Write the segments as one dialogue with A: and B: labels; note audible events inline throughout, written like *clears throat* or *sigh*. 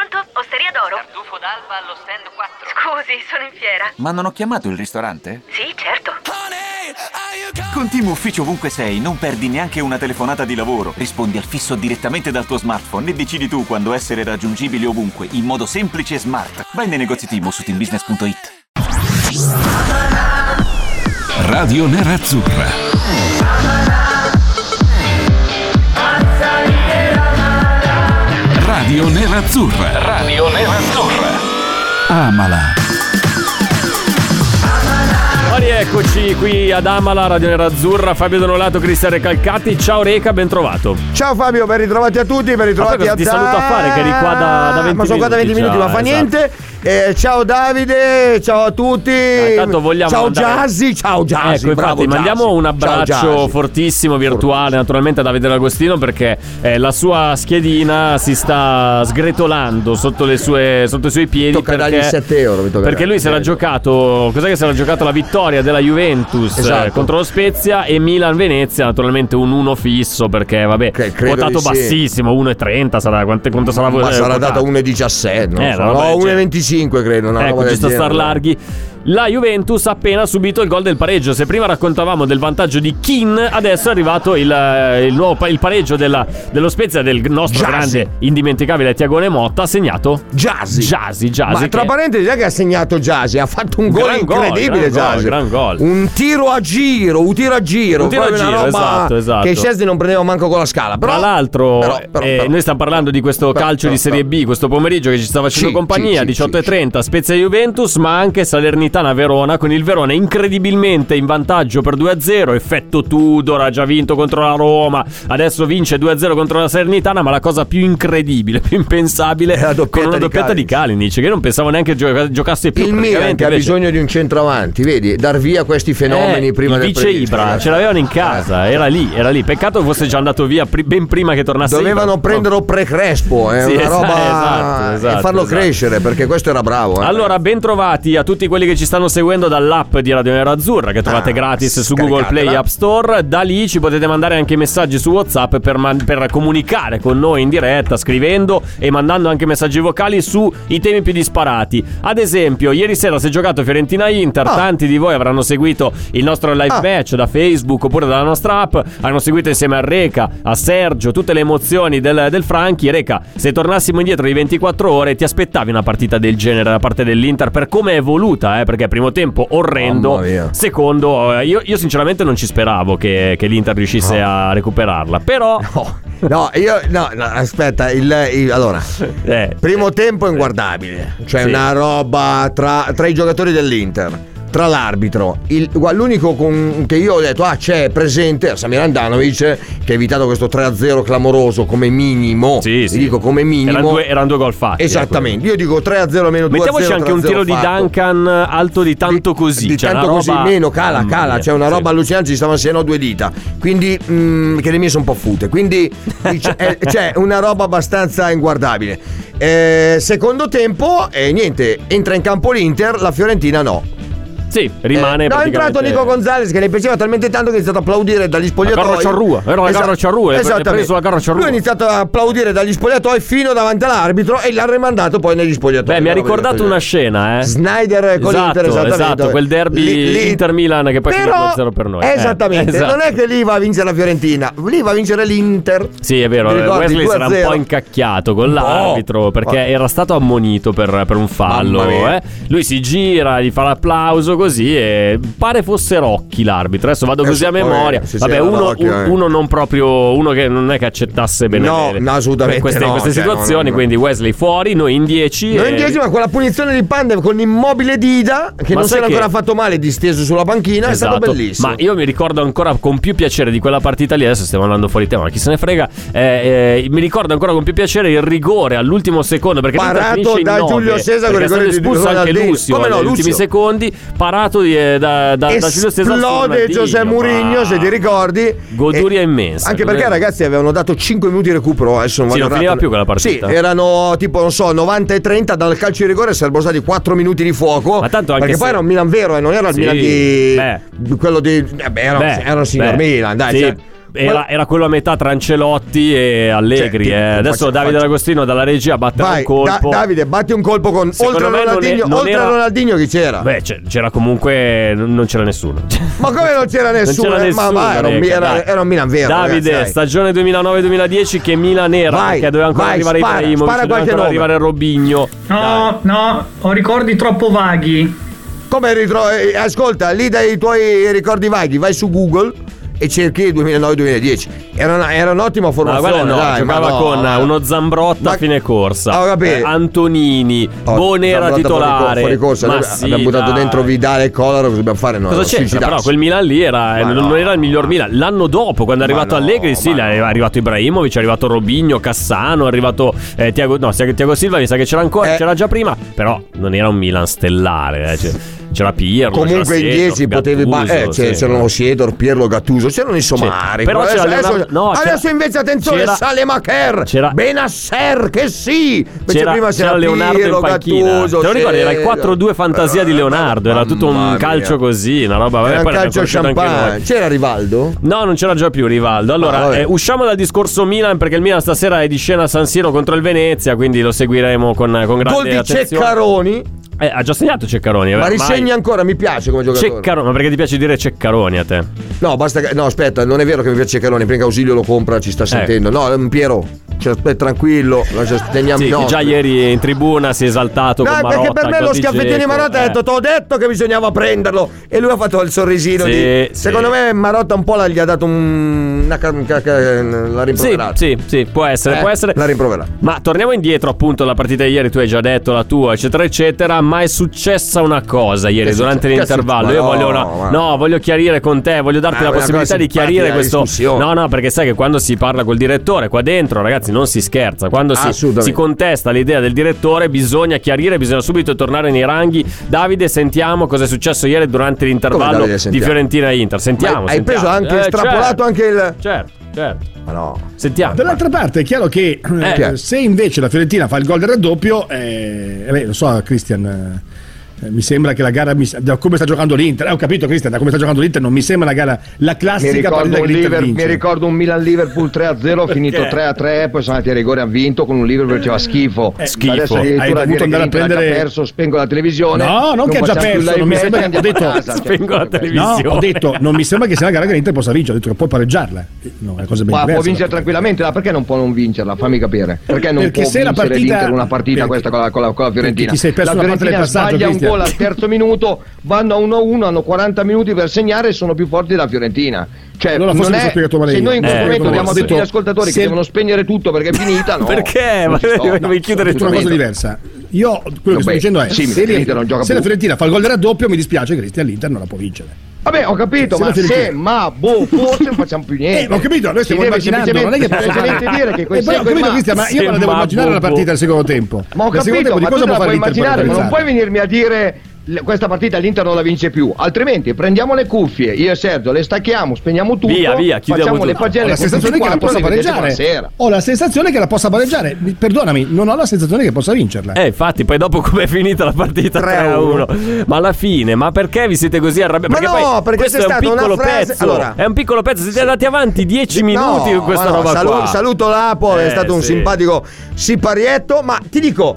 A: Osteria d'Oro.
B: Tartufo d'alba allo stand 4.
A: Scusi, sono in fiera.
C: Ma non ho chiamato il ristorante?
A: Sì, certo.
C: Con Team Ufficio ovunque sei non perdi neanche una telefonata di lavoro. Rispondi al fisso direttamente dal tuo smartphone e decidi tu quando essere raggiungibile ovunque, in modo semplice e smart. Vai nei negozi Team o su teambusiness.it.
D: Radio Nerazzurra. Radio Nerazzurra. Radio Nerazzurra. Amala.
E: Allora, eccoci qui ad Amala, Radio Nerazzurra, Fabio Donolato, Cristiano Recalcati. Ciao Reca, ben trovato.
F: Ciao Fabio, ben ritrovati a tutti, ben
E: Ma poi
F: ritrovati
E: cosa
F: a Ah,
E: ti saluto a fare, che eri qua da- da 20
F: Ma sono qua da 20
E: minuti
F: minuti,
E: già,
F: ma fa
E: esatto.
F: niente. Eh, ciao Davide, ciao a tutti.
E: intanto vogliamo
F: ciao
E: mandare-
F: Giassi, ciao Giassi.
E: ecco, infatti,
F: bravo Giassi.
E: mandiamo un
F: Ciao,
E: abbraccio
F: Giassi.
E: fortissimo, virtuale, naturalmente a Davide D'Agostino, perché eh, la sua schiedina si sta sgretolando sotto, le sue- sotto i suoi piedi.
F: Tocca
E: perché,
F: dargli 7 euro, mi tocca
E: Perché
F: dargli
E: lui si era
F: 7 euro.
E: giocato. Cos'è che si era giocato la vittoria della Juventus eh,
F: Esatto.
E: contro lo Spezia e Milan-Venezia? Naturalmente un 1 fisso, perché vabbè,
F: Che- credo
E: quotato
F: di sì.
E: bassissimo, 1,30 sarà. Quanto, quanto sarà
F: Ma
E: eh,
F: sarà
E: quotato?
F: data 1,17. non
E: Eh,
F: so.
E: no, vabbè,
F: no,
E: cioè-
F: 1,25 credo. Una roba
E: ecco,
F: del
E: ci sta a
F: genere.
E: star larghi. La Juventus ha appena subito il gol del pareggio. Se prima raccontavamo del vantaggio di Kin, adesso è arrivato il, eh, il nuovo pa- il pareggio della- dello Spezia del nostro
F: Giasi.
E: grande, indimenticabile Tiagone Motta. Ha segnato
F: Giassi.
E: Giasi. Giasi.
F: Ma
E: che-
F: tra parentesi, non è che ha segnato Giasi, ha fatto un gol
E: Gran gol,
F: incredibile.
E: gran gol,
F: Giasi.
E: gran gol.
F: Un tiro a giro, un tiro a giro.
E: Un tiro a
F: proprio una
E: giro,
F: roba
E: esatto, esatto.
F: Che Scesni non prendeva manco con la scala. Però,
E: Tra l'altro,
F: però, però,
E: eh,
F: però.
E: noi stiamo parlando di questo
F: Però,
E: calcio di
F: però,
E: Serie B questo pomeriggio che ci sta facendo
F: Sì,
E: compagnia,
F: sì, sì,
E: 18.30, Spezia Juventus, ma anche Salernitana Verona, con il Verona incredibilmente in vantaggio per 2-0, effetto Tudor, ha già vinto contro la Roma, adesso vince 2-0 contro la Salernitana, ma la cosa più incredibile, più impensabile,
F: È la
E: con
F: doppietta
E: una
F: di
E: doppietta di Kalinic, che io non pensavo neanche gioca- giocasse più.
F: Il Milan
E: praticamente,
F: che ha
E: invece-
F: bisogno di un centravanti, vedi, dar via questi fenomeni
E: eh,
F: prima
E: il
F: del
E: vice
F: previsto,
E: Ibra,
F: ragazzi.
E: ce l'avevano in casa, era lì, era lì. Peccato fosse già andato via pri- ben prima che tornasse
F: Dovevano
E: Ibra.
F: prenderlo pre-Crespo, è
E: Sì, *laughs*
F: una
E: esa-
F: roba eh,
E: esatto, esatto,
F: e farlo
E: esatto.
F: crescere perché questo era bravo. eh.
E: Allora, bentrovati a tutti quelli che ci stanno seguendo dall'app di Radio Nera Azzurra che trovate
F: Ah,
E: gratis su Google Play e
F: scaricatela.
E: App Store. Da lì ci potete mandare anche messaggi su WhatsApp per, man- per comunicare con noi in diretta, scrivendo e mandando anche messaggi vocali sui temi più disparati. Ad esempio, ieri sera si è giocato Fiorentina Inter,
F: Ah.
E: tanti di voi avranno seguito il nostro live
F: Ah.
E: match da Facebook oppure dalla nostra app, hanno seguito insieme a Reca, a Sergio, tutte le emozioni del, del Franchi. Reca, se tornassimo indietro di 24 ore ti aspettavi una partita del genere da parte dell'Inter per come è evoluta, eh? perché primo tempo orrendo,
F: Mamma mia.
E: secondo eh, io, io sinceramente non ci speravo che, che l'Inter riuscisse a recuperarla, però...
F: *laughs* No, no, io no, no, aspetta, il- il- allora,
E: eh,
F: primo tempo è inguardabile, cioè
E: Sì.
F: una roba tra, tra i giocatori dell'Inter. Tra l'arbitro, Il- guarda, l'unico con- che io ho detto, ah c'è presente Samir Andanovic che ha evitato questo 3-0 clamoroso come minimo.
E: Sì,
F: Vi
E: sì.
F: dico come minimo.
E: Erano due, erano due gol fatti. eh,
F: Esattamente, io dico 3-0 meno 2-0.
E: Mettiamoci anche un
F: 3-0
E: tiro di
F: fatto.
E: Duncan alto di tanto
F: Di-
E: così.
F: di
E: cioè
F: tanto
E: una
F: così,
E: roba-
F: meno cala,
E: Mamma
F: cala,
E: mia,
F: c'è una
E: sì.
F: roba allucinante, ci stavano siano due dita. Quindi, mm, che le mie sono un po' fute.
E: *laughs*
F: Quindi, dice- eh, c'è una roba abbastanza inguardabile. Eh, secondo tempo, e niente, entra in campo l'Inter, la Fiorentina no.
E: Sì, rimane.
F: Eh, no, è entrato
E: praticamente-
F: Nico Gonzalez che ne piaceva talmente tanto che ha iniziato a applaudire dagli spogliatoi.
E: La Garra Ciarrua, era la
F: Esa-
E: Garra Ciarrua, l'ha pre-
F: esattamente.
E: l'ha preso la Garra Ciarrua.
F: Lui ha iniziato a applaudire dagli spogliatoi fino davanti all'arbitro e l'ha rimandato poi negli spogliatoi.
E: Beh, mi ha
F: Una roba
E: ricordato
F: del
E: una
F: genere.
E: scena, eh.
F: Snyder con
E: Esatto,
F: l'Inter esattamente.
E: esatto, quel derby Inter-Milan che poi
F: Però-
E: finisce 2-0 per noi. Eh,
F: Esattamente,
E: esatto.
F: non è che lì va a vincere la Fiorentina, lì va a vincere l'Inter.
E: Sì, è vero. eh,
F: Ti ricordi,
E: Wesley si era un
F: 2-0?
E: po' incacchiato con l'arbitro perché
F: Ma-
E: era stato ammonito per, per un fallo.
F: Mamma mia.
E: eh. Lui si gira, gli fa l'applauso così e pare fosse Rocchi l'arbitro. Adesso vado
F: Eh,
E: così a
F: vabbè,
E: memoria.
F: sì, sì,
E: Vabbè,
F: era
E: uno,
F: Rocchi,
E: un-
F: eh.
E: uno non proprio, uno che non è che accettasse bene
F: No,
E: le-
F: no, assolutamente
E: queste,
F: no,
E: queste
F: cioè,
E: situazioni.
F: no, no.
E: Quindi Wesley fuori, noi in 10.
F: Noi in dieci, ma quella punizione di Pandev con l'immobile Dida, che
E: Ma
F: non si
E: sai
F: era ancora
E: che- Esatto.
F: fatto male, disteso sulla panchina, è stato bellissimo.
E: Ma io mi ricordo ancora con più piacere di quella partita lì. Adesso stiamo andando fuori tema, ma chi se ne frega. Eh, eh, mi ricordo ancora con più piacere il rigore all'ultimo secondo. Perché l'Inter
F: Parato
E: finisce in
F: da
E: nove,
F: Giulio Cesare con
E: perché
F: il
E: è stato
F: rigore di
E: espulso anche
F: Ronaldinho.
E: Lucio
F: Come no,
E: negli ultimi
F: Lucio.
E: secondi. Parato di- eh, da, da, da Giulio Cesare. su
F: Esplode
E: Ronaldinho,
F: Giuseppe Mourinho,
E: ma-
F: se ti ricordi.
E: Goduria
F: E-
E: immensa.
F: Anche perché,
E: Goduria-
F: ragazzi, avevano dato 5 minuti di recupero. Adesso non
E: Sì,
F: vado
E: non
F: errato.
E: finiva più quella partita.
F: Sì, erano tipo, non so, 90 e 30 dal calcio di rigore sarebbero stati 4 minuti di fuoco.
E: Ma tanto anche
F: perché
E: se-
F: poi era un Milan vero, e non era il
E: Sì,
F: Milan di.
E: beh.
F: di quello di. Eh beh, era,
E: Beh,
F: era un signor
E: beh,
F: Milan, dai.
E: sì.
F: cioè,
E: era, era quello a metà tra Ancelotti e Allegri.
F: Cioè, ti-
E: eh. Adesso
F: faccio-
E: Davide
F: faccio-
E: D'Agostino dalla regia batterà
F: Vai,
E: un colpo.
F: Da- Davide, batti un colpo con
E: Secondo
F: oltre a
E: me non è-
F: Ronaldinho,
E: non
F: oltre a
E: era-
F: Ronaldinho chi c'era?
E: Beh, c'è- c'era comunque. Non c'era nessuno.
F: Ma come non c'era nessuno?
E: c'era
F: eh? Ma
E: nessuno,
F: va, era, un,
E: Reca,
F: era-
E: dai.
F: era un Milan vero.
E: Davide,
F: ragazzi, dai.
E: stagione 2009-2010 che Milan era
F: Vai,
E: perché doveva ancora
F: vai,
E: arrivare
F: spara,
E: Ibrahimovic,
F: spara
E: doveva
F: qualche
E: ancora
F: nome.
E: arrivare Robinho.
G: No, no, ho ricordi troppo vaghi.
F: Come ritro- eh, ascolta, lì dai tuoi ricordi vaghi, vai su Google e cerchi il 2009-2010. Era, una- era un'ottima
E: Ma
F: formazione.
E: guarda, no,
F: dai,
E: giocava
F: ma no.
E: con uno Zambrotta
F: Ma-
E: a fine corsa,
F: Ah, ho capito.
E: eh, Antonini,
F: Oh,
E: Bone
F: Zambrotta
E: era
F: fuori cor-
E: titolare.
F: Fuori corsa.
E: Ma
F: Noi
E: sì,
F: abbiamo buttato
E: dai.
F: dentro Vidale e Collaro. Cosa dobbiamo fare? No,
E: Cosa c'entra?
F: suicidarsi.
E: Però quel Milan lì era, eh,
F: Ma
E: non-
F: no,
E: non era il miglior Milan. L'anno dopo, quando è
F: Ma
E: arrivato
F: no,
E: Allegri, sì,
F: ma
E: è
F: no.
E: arrivato Ibrahimovic, è arrivato Robinho, Cassano, è arrivato eh, Tiago, no, sia- Tiago Silva, mi sa che c'era ancora,
F: Eh.
E: c'era già prima, però non era un Milan stellare. eh, cioè, c'era Pirlo.
F: Comunque in 10 potevi. ba- eh, c'è- c'erano Siedor, Pirlo, Gattuso, c'erano i somari.
E: Però
F: adesso,
E: c'era
F: adesso-
E: Leonardo- no,
F: adesso
E: c'era-
F: invece attenzione,
E: c'era-
F: Salemacher,
E: c'era-
F: Benasser, che sì. Invece
E: C'era,
F: prima c'era,
E: c'era Leonardo
F: Pirlo,
E: in panchina.
F: Gattuso.
E: Te lo ricordi? Era il
F: Siedor.
E: 4-2 fantasia di Leonardo. Era tutto
F: Mamma
E: un
F: mia.
E: calcio così, una roba. Vabbè,
F: Era un
E: poi l'abbiamo
F: calcio
E: conosciuto anche noi.
F: champagne. C'era Rivaldo?
E: No, non c'era già più Rivaldo.
F: Ah,
E: Allora,
F: vabbè.
E: eh, usciamo dal discorso Milan perché il Milan stasera è di scena a San Siro contro il Venezia, quindi lo seguiremo con, con grande
F: Gol di
E: attenzione.
F: Ceccaroni.
E: Eh, ha già segnato Ceccaroni,
F: Ma
E: ormai.
F: risegna ancora, mi piace come giocatore.
E: Ceccaroni, ma perché ti piace dire Ceccaroni a te?
F: No, basta. che- No, aspetta, non è vero che mi piace Ceccaroni. Prima che Ausilio lo compra, ci sta sentendo. No, ehm, Piero, cioè, aspetta, tranquillo. lascia- Teniamo
E: Eh. Sì,
F: no.
E: già ieri in tribuna si è esaltato
F: No,
E: con Marotta.
F: perché per me
E: con
F: lo
E: Di
F: schiaffettino di
H: ecco.
E: Dzeko,
F: Marotta ha
E: eh.
F: detto: T'ho detto che bisognava prenderlo. E lui ha fatto il sorrisino.
E: Sì,
F: di...
E: sì.
F: Secondo me, Marotta un po' la- gli ha dato un. Una... ca- ca- ca- L'ha
E: Sì,
F: rimproverato.
E: sì, sì, può essere,
F: Eh,
E: può essere.
F: L'ha rimproverato.
E: Ma torniamo indietro appunto alla partita di ieri, tu hai già detto la tua, eccetera, eccetera, ma è successa una cosa ieri
F: Che è
E: durante
F: succe- che è
E: l'intervallo.
F: succe-
E: Io
F: ma
E: voglio,
F: no,
E: una-
F: ma-
E: no, voglio chiarire con te, voglio darti
F: Ma
E: la
F: una cosa
E: possibilità di
F: simpatica,
E: chiarire
F: la
E: questo...
F: discussione.
E: No, no, perché sai che quando si parla col direttore qua dentro, ragazzi, non si scherza, quando si,
F: Assolutamente.
E: si contesta l'idea del direttore bisogna chiarire, bisogna subito tornare nei ranghi. Davide, sentiamo cosa è successo ieri durante l'intervallo
F: Davide,
E: di
F: sentiamo?
E: Fiorentina-Inter. Sentiamo.
F: Ma hai
E: sentiamo.
F: preso anche, strapolato
E: certo,
F: anche il-
E: Certo, certo.
F: Ma no.
E: Sentiamo.
H: Dall'altra parte è chiaro che eh,
F: Chi è?
H: se invece la Fiorentina fa il gol del raddoppio, eh, eh beh, lo so Christian, eh, mi sembra che la gara, mi- da come sta giocando l'Inter, eh, ho capito Christian, da come sta giocando l'Inter non mi sembra la gara, la
I: Mi
H: classica
I: ricordo,
H: partita
I: un
H: che l'Inter
I: Liver-
H: vince.
I: mi ricordo un Milan-Liverpool 3-0, finito 3-3, poi sono andati a rigore, ha vinto con un Liverpool che
H: Eh.
I: faceva schifo.
E: Schifo.
I: Adesso
E: Hai
I: addirittura
H: dovuto
I: dire che
H: andare a
I: l'Inter ha già
H: prendere-
I: perso, spengo la televisione.
H: No, non che ha già
I: facciamo più
H: perso,
I: live
H: non mi sembra-
I: match,
H: ho detto-
I: andiamo a casa.
E: Spengo la
I: Cioè,
H: No,
E: televisione.
H: ho detto, non mi sembra che sia la gara che l'Inter possa vincere, ho detto che può pareggiarla. Eh, No, è una cosa ben
I: Ma può
H: diversa.
I: vincere tranquillamente, ma perché non può non vincerla? Fammi capire. Perché non
H: Perché
I: può
H: se la
I: vincere
H: partita-
I: l'Inter una partita
H: perché-
I: questa con la, con la- con la Fiorentina?
H: perché ti sei perso
I: la
H: una parte del
I: Fiorentina
H: passaggio,
I: sbaglia un
H: Cristian.
I: gol al terzo minuto, vanno a 1-1, hanno 40 minuti per segnare e sono più forti della Fiorentina. Cioè,
H: Allora forse
I: non
H: mi
I: è,
H: sono spiegato male
I: se
H: io.
I: noi in questo
E: Eh,
I: momento
E: forse.
I: abbiamo detto agli ascoltatori
H: Se-
I: che devono spegnere tutto perché è
E: *laughs*
I: finita, no.
E: Perché?
I: Non ci
E: Ma-
I: sto, no,
E: devi chiudere
H: Detto una cosa
I: assolutamente.
H: diversa. Io quello
I: Vabbè,
H: che sto dicendo è:
I: sì,
H: se,
I: l'Inter
H: l'Inter-
I: non gioca
H: se la
I: più.
H: Fiorentina fa il gol del raddoppio, mi dispiace, Cristian, l'Inter non la può vincere.
I: Vabbè, ho capito,
H: Se
I: ma
H: la Fiorentina-
I: se, ma, boh, forse non facciamo più niente.
H: *laughs* Eh, ma ho capito, noi
I: Si
H: stiamo
I: deve
H: immaginando, non è che posso
I: semplicemente
H: fare-
I: dire che
H: E poi ho capito, Cristian, ma io me la devo
E: Sembra
H: immaginare la
E: bobo.
H: partita del secondo tempo.
I: Ma ho
H: Nel secondo
I: capito,
H: tempo di
I: ma tu
H: cosa
I: te la
H: può fare
I: puoi
H: l'Inter
I: immaginare,
H: per
I: ma non
H: realizzarla?
I: puoi venirmi a dire le- questa partita l'Inter non la vince più, altrimenti prendiamo le cuffie, io e Sergio le stacchiamo, spegniamo tutto,
E: Via, via, chiudiamo
I: facciamo le
E: tutto.
H: Ho
I: pagelle con
H: la
I: tutti
H: sensazione che la
I: quattro,
H: possa
I: le vedete
H: pareggiare.
I: buonasera.
H: Ho la sensazione che la possa pareggiare. Mi- Perdonami, non ho la sensazione che possa vincerla.
E: Eh, infatti, poi dopo com'è finita la partita 3-1. Ma alla fine, ma perché vi siete così arrabbiati?
F: Ma no,
E: poi
F: perché
E: questo
F: c'è
E: è un
F: stata una
E: piccolo
F: frase-
E: pezzo.
F: allora-
E: è un piccolo pezzo, siete andati avanti 10 minuti
F: No,
E: con questa
F: ma no,
E: roba
F: salu-
E: qua.
F: Saluto l'Apo,
E: Eh,
F: è stato un
E: sì.
F: simpatico siparietto, ma ti dico.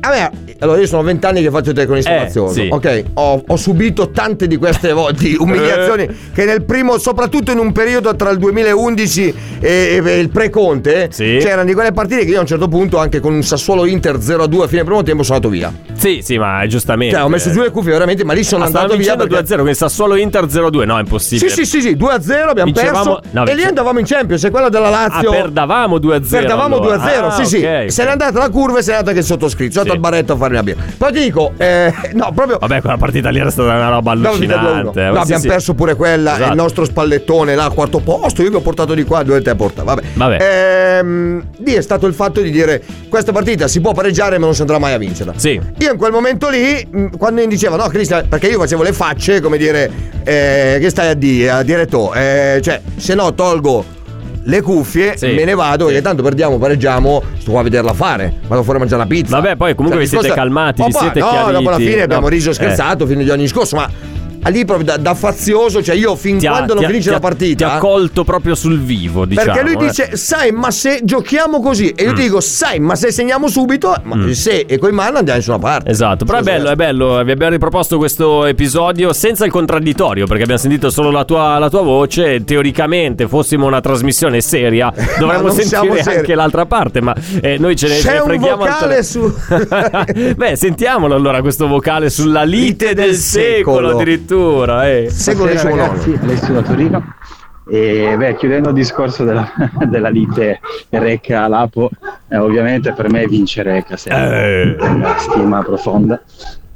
F: a me- allora, io sono vent'anni che faccio te con
E: Eh, sì.
F: ok? Ho, ho subito tante di
E: *laughs*
F: queste volte umiliazioni che nel primo, soprattutto in un periodo tra il 2011 e, e il pre-Conte,
E: Sì.
F: c'erano di quelle partite che io a un certo punto, anche con un Sassuolo Inter 0-2 a fine primo tempo, sono andato via.
E: Sì, sì, ma giustamente.
F: Cioè, ho messo giù le cuffie veramente, ma lì sono
E: Ah,
F: andato
E: stavamo
F: via.
E: eh. vincendo
F: perché-
E: 2-0, quindi Sassuolo Inter 0-2. No, è impossibile.
F: Sì, sì, sì, sì, 2-0 abbiamo
E: Vincevamo-
F: perso
E: no,
F: e lì
E: vince-
F: andavamo in Champions, e quella della
E: Ah,
F: Lazio.
E: perdavamo 2-0.
F: Perdavamo
E: allora.
F: 2-0,
E: Ah,
F: sì, sì.
E: ok,
F: Se
E: ok.
F: n'è andata la curva e se n'è andata anche il sottoscritto. Sono andato
E: Sì.
F: al baretto a farmi una birra. Poi ti dico, eh, no, proprio.
E: Vabbè, quella partita lì era stata una roba
F: abbiamo vinto 2-1.
E: allucinante.
F: No,
E: Ma sì,
F: eh, abbiamo
E: sì.
F: perso pure quella,
E: Esatto.
F: il nostro spallettone là, al quarto posto. Io vi ho portato di qua, dove te porta. Vabbè.
E: Vabbè.
F: Ehm, lì è stato il fatto di dire: questa partita si può pareggiare, ma non si andrà mai a vincerla.
E: Sì.
F: Io in quel momento lì, mh, quando mi diceva no, Cristian, perché io facevo le facce, come dire, eh, che stai a dire, a dire tu? Eh, cioè, se no tolgo le cuffie,
E: Sì.
F: me ne vado, perché tanto perdiamo, pareggiamo, sto qua a vederla fare, vado fuori a mangiare la pizza.
E: Vabbè, poi comunque vi
F: il
E: siete
F: discorso è-
E: calmati,
F: Ma
E: vi
F: poi-
E: siete
F: no, dopo la
E: chiariti.
F: fine abbiamo
E: No.
F: riso e
E: Eh.
F: scherzato fino agli anni scorsi, ma lì proprio da, da fazioso, cioè io fin
E: Ti ha-
F: quando non
E: ti ha-
F: finisce
E: ti
F: la
E: ha- Ti ha
F: partita...
E: colto proprio sul vivo, diciamo.
F: Perché lui
E: eh. Mm.
F: dice, sai, ma se giochiamo così, e io dico, sai, ma se segniamo subito, ma se e coi man andiamo su una parte.
E: Esatto, però è
F: Scusa,
E: bello, è bello, vi abbiamo riproposto questo episodio senza il contraddittorio perché abbiamo sentito solo la tua, la tua voce, teoricamente fossimo una trasmissione
F: *laughs*
E: seria dovremmo
F: non siamo
E: sentire
F: seri.
E: anche l'altra parte, ma eh, noi ce ne ce
F: C'è
E: ne
F: un
E: freghiamo
F: vocale
E: su... *laughs* Beh, sentiamolo allora questo vocale sulla lite,
F: Lite
E: del,
F: del
E: secolo,
F: secolo.
E: addirittura. eh.
F: Secondo il suo nome.
J: Alessio da Torino. E beh, chiudendo il discorso della, *laughs* della lite Recca-Lapo, eh, ovviamente per me vince Recca, sempre, per una stima profonda.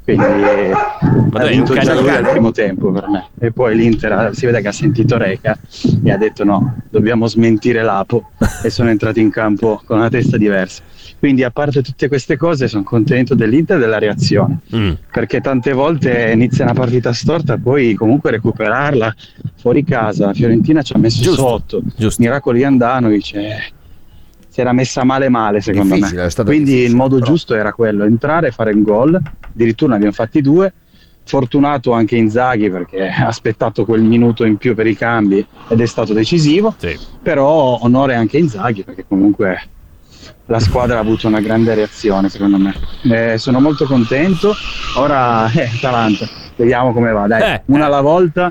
J: Quindi eh, ha
E: dai,
J: vinto
E: Eh. un
J: già
E: cane
J: lui
E: cane.
J: al primo tempo per me. E poi l'Inter ha- si vede che ha sentito Reca e ha detto no, dobbiamo smentire Lapo e sono entrati in campo con una testa diversa. Quindi a parte tutte queste cose sono contento dell'Inter e della reazione
E: Mm.
J: perché tante volte inizia una partita storta, poi comunque recuperarla fuori casa. La Fiorentina ci ha messo
E: Giusto,
J: sotto,
E: giusto.
J: Miracoli Andanovic eh, si era messa male male secondo
F: Difficile, è
J: me.
F: stato
J: Quindi il
F: difficile,
J: modo
F: però.
J: giusto era quello, entrare, fare un gol, addirittura ne abbiamo fatti due. Fortunato anche Inzaghi perché ha aspettato quel minuto in più per i cambi ed è stato decisivo
E: Sì.
J: però onore anche a Inzaghi perché comunque la squadra ha avuto una grande reazione secondo me Eh, sono molto contento ora *laughs* eh, Atalanta vediamo come va dai
E: Eh,
J: una alla volta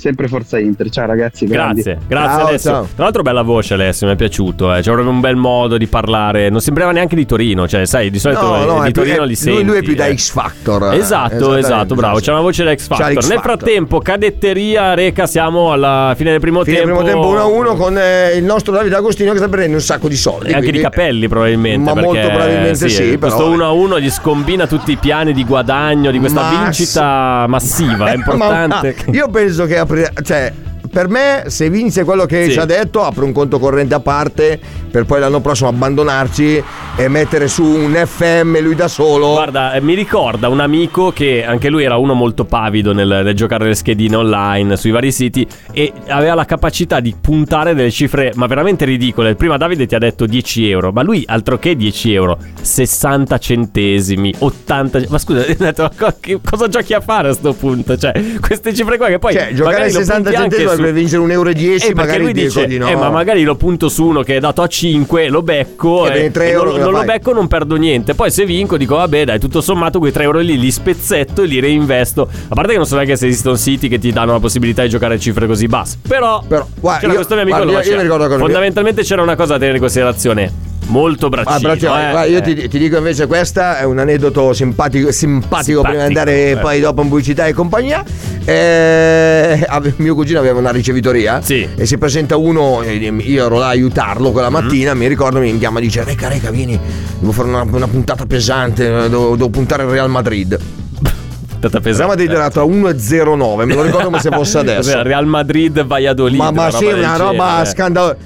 J: sempre forza Inter ciao ragazzi grandi.
E: Grazie, grazie
F: Ciao,
E: Alessio.
F: ciao.
E: Tra l'altro bella voce Alessio, mi è piaciuto, eh. c'è proprio un bel modo di parlare, non sembrava neanche di Torino, cioè sai, di solito eh,
F: è
E: di
F: più-
E: Torino
F: è-
E: li
F: lui-
E: senti.
F: lui, è più da
E: eh.
F: X Factor. eh.
E: Esatto,
F: Esattamente,
E: esatto, bravo.
F: sì,
E: C'è una
F: sì.
E: voce da X
F: C'ha
E: Factor.
F: l'X
E: Nel
F: Factor.
E: frattempo, cadetteria Reca, siamo alla fine del primo
F: Fine
E: tempo.
F: primo tempo 1-1 con eh, il nostro Davide Agostino che sta prendendo un sacco di soldi.
E: E anche
F: quindi- eh,
E: di capelli probabilmente.
F: Ma
E: perché,
F: molto probabilmente sì, però,
E: Questo
F: eh.
E: 1 a 1 gli scombina tutti i piani di guadagno di questa
F: Ma-
E: vincita massiva. È
F: Eh, *laughs* ma-
E: importante.
F: ah, io penso che apri- cioè, per me, se vince quello che
E: Sì.
F: ci ha detto, apre un conto corrente a parte per poi l'anno prossimo abbandonarci e mettere su un FM lui da solo.
E: Guarda, eh, mi ricorda un amico che anche lui era uno molto pavido nel, nel giocare le schedine online sui vari siti e aveva la capacità di puntare delle cifre ma veramente ridicole. Prima Davide ti ha detto 10 euro, ma lui altro che 10 euro, 60 centesimi, 80... Ma scusa, *laughs* ho detto, "Co- che- cosa giochi a fare a sto punto? Cioè, queste cifre qua che poi...
F: Ccioè, Cioè, giocare
E: magari lo
F: 60
E: punti anche
F: centesimi
E: su-
F: per vincere 1,10 euro,
E: eh, perché
F: magari
E: lui
F: dico
E: dice,
F: di no.
E: eh, ma magari lo punto su uno che è dato a 5, lo becco
F: E
E: eh,
F: bene, tre
E: e
F: euro
E: non,
F: cosa
E: non lo
F: fai?
E: becco, non perdo niente. Poi se vinco, dico, vabbè, dai, tutto sommato quei 3 euro lì li spezzetto e li reinvesto. A parte che non so neanche se esistono siti che ti danno la possibilità di giocare a cifre così basse. Però,
F: Però, guarda,
E: c'era
F: io-
E: questo mio amico
F: guarda,
E: lo
F: io- io mi
E: faceva.
F: ricordo cosa-
E: Fondamentalmente c'era una cosa da tenere in considerazione. Molto braccino.
F: Ah, braccio,
E: eh.
F: guarda, io ti, ti dico invece questa è un aneddoto simpatico, simpatico, prima di andare
E: eh.
F: poi dopo in pubblicità e compagnia. Eh, ave- mio cugino aveva una ricevitoria
E: Sì. Mm.
F: e si presenta uno, eh, io ero là a aiutarlo quella mattina, mi ricordo, mi chiama e dice Reca, Reca, vieni, devo fare una, una puntata pesante, eh, devo, devo puntare il Real Madrid.
E: Esatto, Eh. Tanta
F: Il Real
E: pesante.
F: Madrid era
E: certo.
F: tra 1,09, me lo ricordo come se
E: *laughs*
F: fosse adesso.
E: Cos'era? Real Madrid, Valladolid.
F: Ma, ma sì,
E: del
F: una roba
E: genere.
F: scandalosa.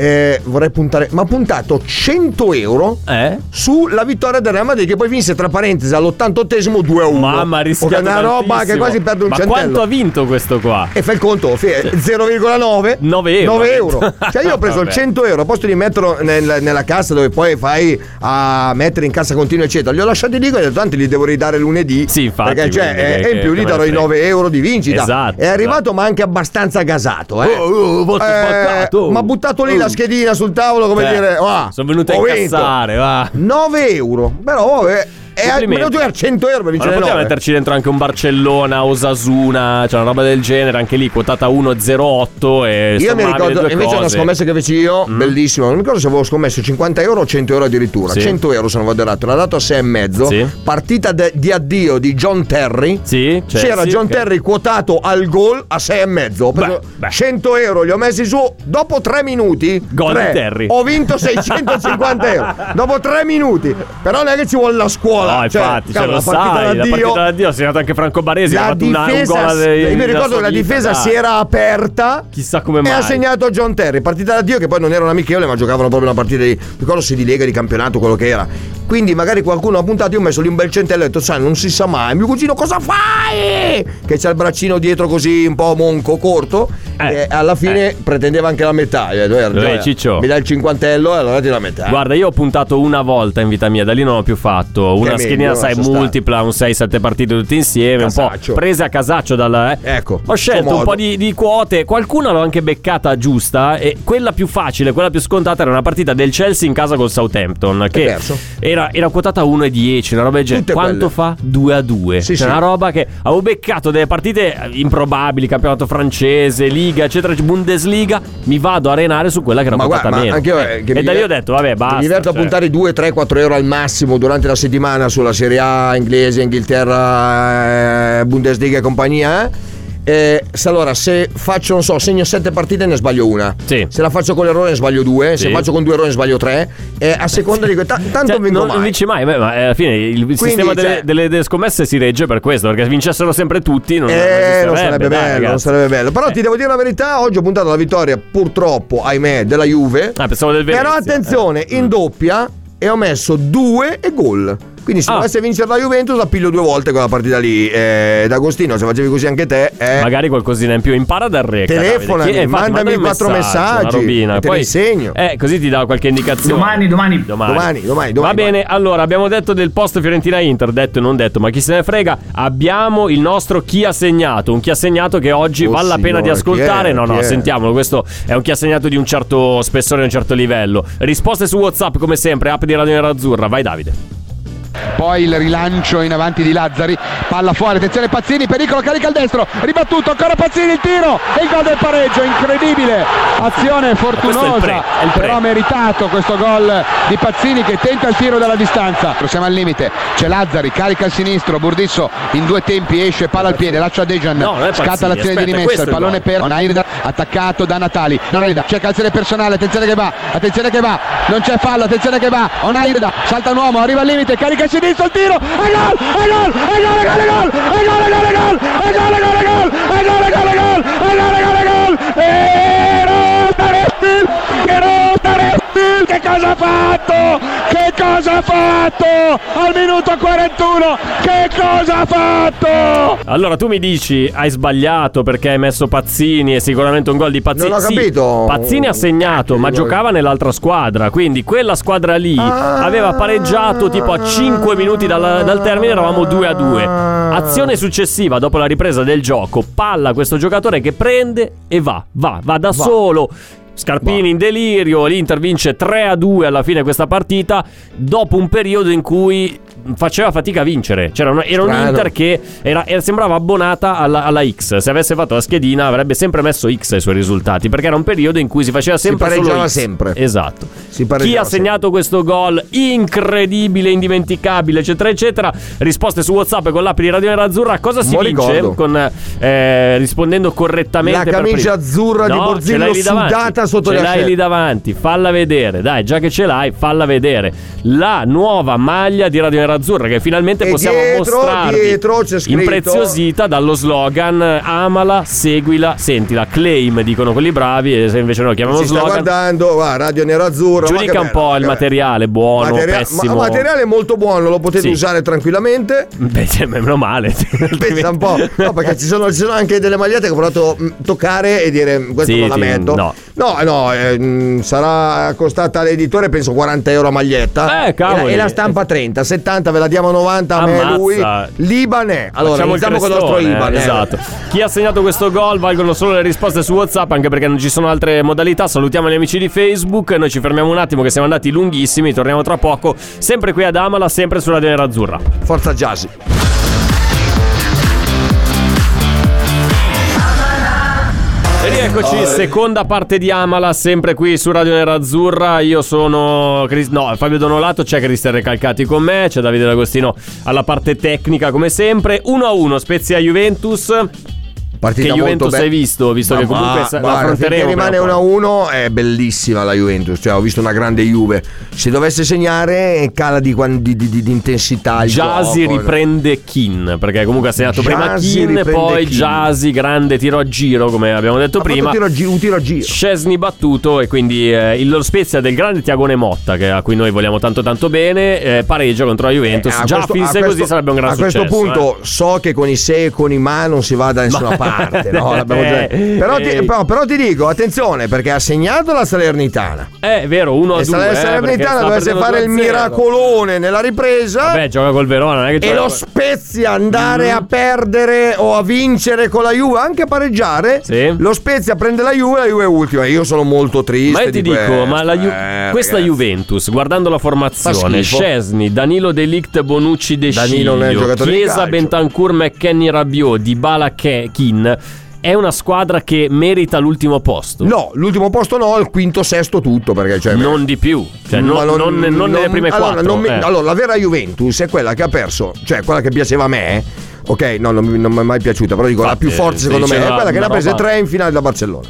F: Eh, vorrei puntare, ma ha puntato 100 euro
E: Eh?
F: sulla vittoria del Real Madrid che poi vinse tra parentesi all'88esimo 2 1
E: Mamma, ha rischiato
F: una roba che
E: tantissimo.
F: quasi perde un
E: Ma
F: centello
E: quanto ha vinto questo qua?
F: e fai il conto fi- 0,9
E: 9 euro.
F: 9
E: *laughs*
F: euro cioè io ho preso il
E: Vabbè.
F: 100 euro al posto di metterlo nel- nella cassa dove poi fai a mettere in cassa continua eccetera li ho lasciati lì e ho detto tanti li devo ridare lunedì
E: Sì, infatti,
F: perché cioè,
E: quindi,
F: eh,
E: che-
F: e in più
E: che
F: gli
E: me ne
F: darò i
E: frega.
F: 9 euro di vincita
E: Esatto,
F: è arrivato ma anche abbastanza gasato eh.
E: Oh, oh, voto spaccato.
F: ma ha buttato lì la schedina sul tavolo come
E: Beh,
F: dire ah,
E: sono Oh. Cioè, venuto a
F: ho vinto.
E: incassare, va.
F: 9 euro. Però vabbè, è
E: Complimenti.
F: almeno tu hai 100 euro per
E: Ma non
F: vincere
E: poteva
F: 9.
E: metterci dentro anche un Barcellona, Osasuna, cioè una roba del genere, anche lì quotata 1,08 e
F: Io mi
E: sommabile
F: ricordo,
E: due
F: invece
E: cose. Mm-hmm.
F: una scommessa che feci io, bellissima, non mi ricordo se avevo scommesso 50 euro o 100 euro addirittura.
E: Sì.
F: 100 euro sono vado errato, l'ha dato a 6 e mezzo.
E: Sì.
F: Partita de- di addio di John Terry.
E: Sì, cioè,
F: C'era
E: sì,
F: John
E: ok.
F: Terry quotato al gol a 6 e mezzo. Ho preso
E: Beh, beh.
F: 100 euro, li ho messi su. Dopo 3 minuti,
E: Gol
F: tre,
E: di Terry.
F: ho vinto
E: *laughs*
F: 650 euro. Dopo 3 minuti, però non è che ci vuole la scuola.
E: No,
F: cioè,
E: infatti, cioè,
F: cavolo,
E: lo
F: la partita
E: sai, la
F: d'addio-
E: partita d'addio ha segnato anche Franco Baresi, ha
F: La
E: fatto una, un gol
F: difesa,
E: alle-
F: io mi
E: nella
F: ricordo
E: sua
F: che la
E: vita,
F: difesa
E: dai.
F: si era aperta.
E: Chissà come
F: E
E: mai.
F: ha segnato John Terry, partita da Dio che poi non era un amichevole ma giocavano proprio una partita di, ricordo se di Lega, di campionato, quello che era. Quindi magari qualcuno ha puntato, io ho messo lì un bel centello e ho detto, sai, non si sa mai, mio cugino cosa fai? Che c'ha il braccino dietro così un po' monco, corto,
E: Eh,
F: e alla fine pretendeva anche la metà. Io ho detto, "Guarda,
E: Dai, Ciccio."
F: Mi dai il cinquantello e allora ti la metà.
E: Guarda, io ho puntato una volta in vita mia, da lì non ho più fatto. Una
F: meglio,
E: schedina, sai,
F: lascia stare.
E: multipla, un 6-7 partite tutte insieme,
F: Casaccio.
E: un po' prese a casaccio dal. eh.
F: Ecco,
E: Ho scelto un
F: comodo.
E: po' di, di quote, qualcuna l'ho anche beccata giusta. E quella più facile, quella più scontata, era una partita del Chelsea in casa col Southampton. Che
F: perso.
E: era, era quotata a 1,10, una roba del genere.
F: Tutte quelle.
E: Quanto fa? 2 a 2.
F: Sì,
E: C'è
F: sì.
E: una roba che avevo beccato delle partite eh, improbabili, campionato francese, Liga, eccetera, Bundesliga. Mi vado a arenare su quella che era
F: Ma
E: quotata
F: guarda, ma
E: meno.
F: anche io, eh, che
E: e
F: mi
E: da lì
F: diver-
E: ho detto, vabbè, basta.
F: Mi diverto a
E: cioè.
F: puntare 2, 3, 4 euro al massimo durante la settimana sulla Serie A inglese, Inghilterra, eh, Bundesliga e compagnia. Eh, se allora, se faccio, non so, segno 7 partite ne sbaglio una.
E: Sì.
F: Se la faccio con l'errore ne sbaglio due. Se
E: Sì.
F: faccio con due errori ne sbaglio tre. E a seconda di que- ta- tanto
E: Cioè,
F: vengo
E: non
F: mai.
E: vinci mai, beh, ma eh, alla fine il sistema delle,
F: cioè-
E: delle- delle scommesse si regge per questo, perché se vincessero sempre tutti non, non
F: Eh, non
E: esisterebbe,
F: sarebbe
E: dai,
F: bello, non
E: ragazzi.
F: sarebbe bello. Però
E: Eh.
F: ti devo dire la verità, oggi ho puntato alla vittoria, purtroppo, ahimè, della Juve.
E: Ah, pensavo del Venezia. eh. Mm.
F: Però attenzione, in doppia e ho messo due e gol. Quindi se
E: Ah.
F: dovesse vincere la Juventus la piglio due volte quella partita lì. Eh, D'Agostino, se facevi così anche te, eh,
E: Magari qualcosina in più, impara dal reca.
F: Telefonami,
E: Davide. Chi- eh, infatti,
F: mandami
E: un
F: quattro
E: messaggio,
F: messaggi,
E: una robina.
F: te li segno.
E: Eh, così ti dà qualche indicazione.
G: Domani, domani.
E: Domani.
F: domani, domani, domani.
E: Va bene, allora abbiamo detto del post Fiorentina-Inter, detto e non detto, ma chi se ne frega, abbiamo il nostro chi ha segnato, un chi ha segnato che oggi
F: Oh,
E: vale la pena di
F: signore, chi
E: ascoltare,
F: è?
E: no no,
F: Chi è?
E: sentiamolo, questo è un chi ha segnato di un certo spessore, un certo livello. Risposte su Whatsapp come sempre, app di Radio Nerazzurra, vai Davide.
K: Poi il rilancio in avanti di Lazzari, palla fuori, attenzione Pazzini, pericolo, carica al destro, ribattuto, ancora Pazzini, il tiro e il gol del pareggio, incredibile, azione
E: Ma questo
K: fortunosa,
E: è il pre, è il pre.
K: però meritato questo gol di Pazzini che tenta il tiro dalla distanza. Siamo al limite, c'è Lazzari, carica al sinistro, Burdisso in due tempi esce, palla al piede, lascia Dejan,
E: No, non è Pazzini,
K: scatta l'azione
E: aspetta,
K: di
E: questo
K: rimessa,
E: è
K: il
E: il
K: pallone
E: gol.
K: per Nairda, attaccato da Natali, Nairda, cerca azione personale, attenzione che va, attenzione che va, non c'è fallo, attenzione che va, Onairda, salta un uomo, arriva al limite, carica il sinistro, il tiro, e gol, e gol, e gol, e gol, e gol, e gol, e gol, e gol, e gol, e gol, e gol, e gol, e gol, e gol, e gol, e gol, e Rosa Restil, che Rosa Restil, che cosa ha fatto? Che cosa ha fatto? Al minuto 41, che cosa ha fatto?
E: Allora tu mi dici hai sbagliato perché hai messo Pazzini e sicuramente un gol di Pazzini.
F: Non ho
E: Sì,
F: capito.
E: Pazzini ha segnato, ma giocava nell'altra squadra, quindi quella squadra lì aveva pareggiato tipo a 5 minuti dalla- dal termine eravamo 2 a 2.
F: Ah.
E: Azione successiva dopo la ripresa del gioco, palla a questo giocatore che prende e va, va, va da solo. Scarpini in delirio, l'Inter vince 3 a 2 alla fine questa partita, dopo un periodo in cui faceva fatica a vincere. C'era una- era un
F: Strano.
E: Inter che era- era- sembrava abbonata alla, alla X. Se avesse fatto la schedina avrebbe sempre messo X ai suoi risultati, perché era un periodo in cui si faceva sempre solo
F: pareggiava
E: X.
F: sempre.
E: Esatto.
F: Si
E: Chi
F: pareggiava
E: ha segnato questo gol incredibile, indimenticabile, eccetera, eccetera. Risposte su WhatsApp e con l'app di Radio Nerazzurra. Cosa si
F: Buon
E: vince
F: ricordo.
E: con, eh, rispondendo correttamente?
F: La
E: per
F: camicia
E: prima?
F: azzurra di
E: No,
F: Borzillo
E: ce l'hai lì davanti.
F: sudata sotto
E: ce
F: le
E: l'hai
F: ascelle.
E: lì davanti, falla vedere. Dai, già che ce l'hai, falla vedere. La nuova maglia di Radio Nerazzurra che finalmente
F: E
E: possiamo
F: dietro,
E: mostrarvi.
F: dietro c'è scritto-
E: Impreziosita dallo slogan amala, seguila, sentila. Claim dicono quelli bravi e se invece noi lo chiamiamo
F: Ci sta
E: slogan.
F: guardando, va, Radio Nero Azzurro. ma che
E: Giudica un
F: bello,
E: po' il
F: che
E: materiale,
F: bello.
E: buono,
F: Materia-
E: pessimo.
F: ma- materiale molto buono, lo potete
E: Sì.
F: usare tranquillamente.
E: Beh, cioè, meno
F: *laughs*
E: male.
F: Pensa un
E: *laughs*
F: po', no, perché ci sono, ci sono anche delle magliette che ho provato a toccare e dire "Mh, questo
E: Sì,
F: non la
E: sì,
F: metto.
E: no.
F: no, no, eh, mh, sarà costata all'editore penso 40 euro a maglietta.
E: Eh,
F: E la-
E: cavoli.
F: E la stampa 30, 70 ve la diamo 90 a me e
E: Ammazza.
F: lui. Libanè. Allora,
E: Facciamo il
F: iniziamo con il nostro
E: crestone,
F: Liban.
E: eh,
F: eh.
E: Esatto. Chi ha segnato questo gol valgono solo le risposte su WhatsApp, anche perché non ci sono altre modalità. Salutiamo gli amici di Facebook. Noi ci fermiamo un attimo, che siamo andati lunghissimi. Torniamo tra poco. Sempre qui ad Amala, sempre sulla Nera Azzurra.
F: Forza Jazzy.
E: E rieccoci, seconda parte di Amala, sempre qui su Radio Nerazzurra. Io sono Cris- no, Fabio Donolato, c'è Cristian Recalcati con me, c'è Davide D'Agostino alla parte tecnica come sempre. 1-1 Spezia Juventus.
F: Partita
E: che
F: molto
E: Juventus
F: be-
E: hai visto? Visto
F: Ma
E: che
F: va,
E: comunque sa-
F: guarda,
E: la affronteremo.
F: finché rimane
E: prima o
F: 1
E: poi.
F: 1 è bellissima la Juventus. Cioè, ho visto una grande Juve. Se dovesse segnare, cala di, quan- di- di- di- di intensità. il
E: Jasi
F: gioco.
E: riprende Kin perché comunque ha segnato prima
F: Gyasi
E: Kin
F: riprende
E: poi
F: Keane.
E: Jasi grande tiro a giro come abbiamo detto
F: Ha fatto
E: prima
F: tiro a gi- un tiro a giro.
E: Scesni battuto e quindi eh, il- lo Spezia del grande Tiagone Motta che- a cui noi vogliamo tanto tanto bene eh, pareggio contro la Juventus
F: Eh, a
E: già
F: questo-
E: finisse
F: a
E: così
F: questo-
E: sarebbe un gran
F: A
E: successo
F: questo punto
E: eh.
F: so che con i se e con i ma non si va da nessuna
E: Ma-
F: parte. no? L'abbiamo già-
E: *laughs* Eh,
F: però, ti,
E: eh.
F: però- però ti dico, attenzione, perché ha segnato la Salernitana.
E: Eh, è vero 1 a
F: E
E: 2
F: Sal- Salernitana dovesse fare il miracolone nella ripresa.
E: Beh, gioca col Verona non è che
F: E
E: gioca
F: lo
E: col-
F: Spezia
E: mm.
F: andare a perdere o a vincere con la Juve, anche a pareggiare.
E: Sì.
F: Lo Spezia prende la Juve, la Juve è ultima. Io sono molto triste.
E: Ma io ti
F: di
E: dico,
F: questo,
E: ma la Ju-
F: eh,
E: questa
F: ragazzi.
E: Juventus, guardando la
F: Fa
E: formazione,
F: schifo.
E: Scesni, Danilo Delict, Bonucci, De
F: Danilo non è un
E: Sciglio,
F: giocatore di
E: Chiesa,
F: calcio.
E: Bentancur, McKenny, Rabiot, Dybala, Ke- Kin, è una squadra che merita l'ultimo posto.
F: No, l'ultimo posto no, il quinto, sesto tutto. Perché cioè,
E: Non di più, cioè,
F: Ma
E: non, non- non nelle prime
F: allora,
E: quattro.
F: non mi-
E: eh.
F: allora, la vera Juventus è quella che ha perso, cioè quella che piaceva a me. Ok, no, non, mi- non mi è mai piaciuato però dico
E: Infatti,
F: la più forte secondo me è
E: diceva
F: quella che
E: una
F: ne ha prese
E: roba-
F: tre in finale da Barcellona.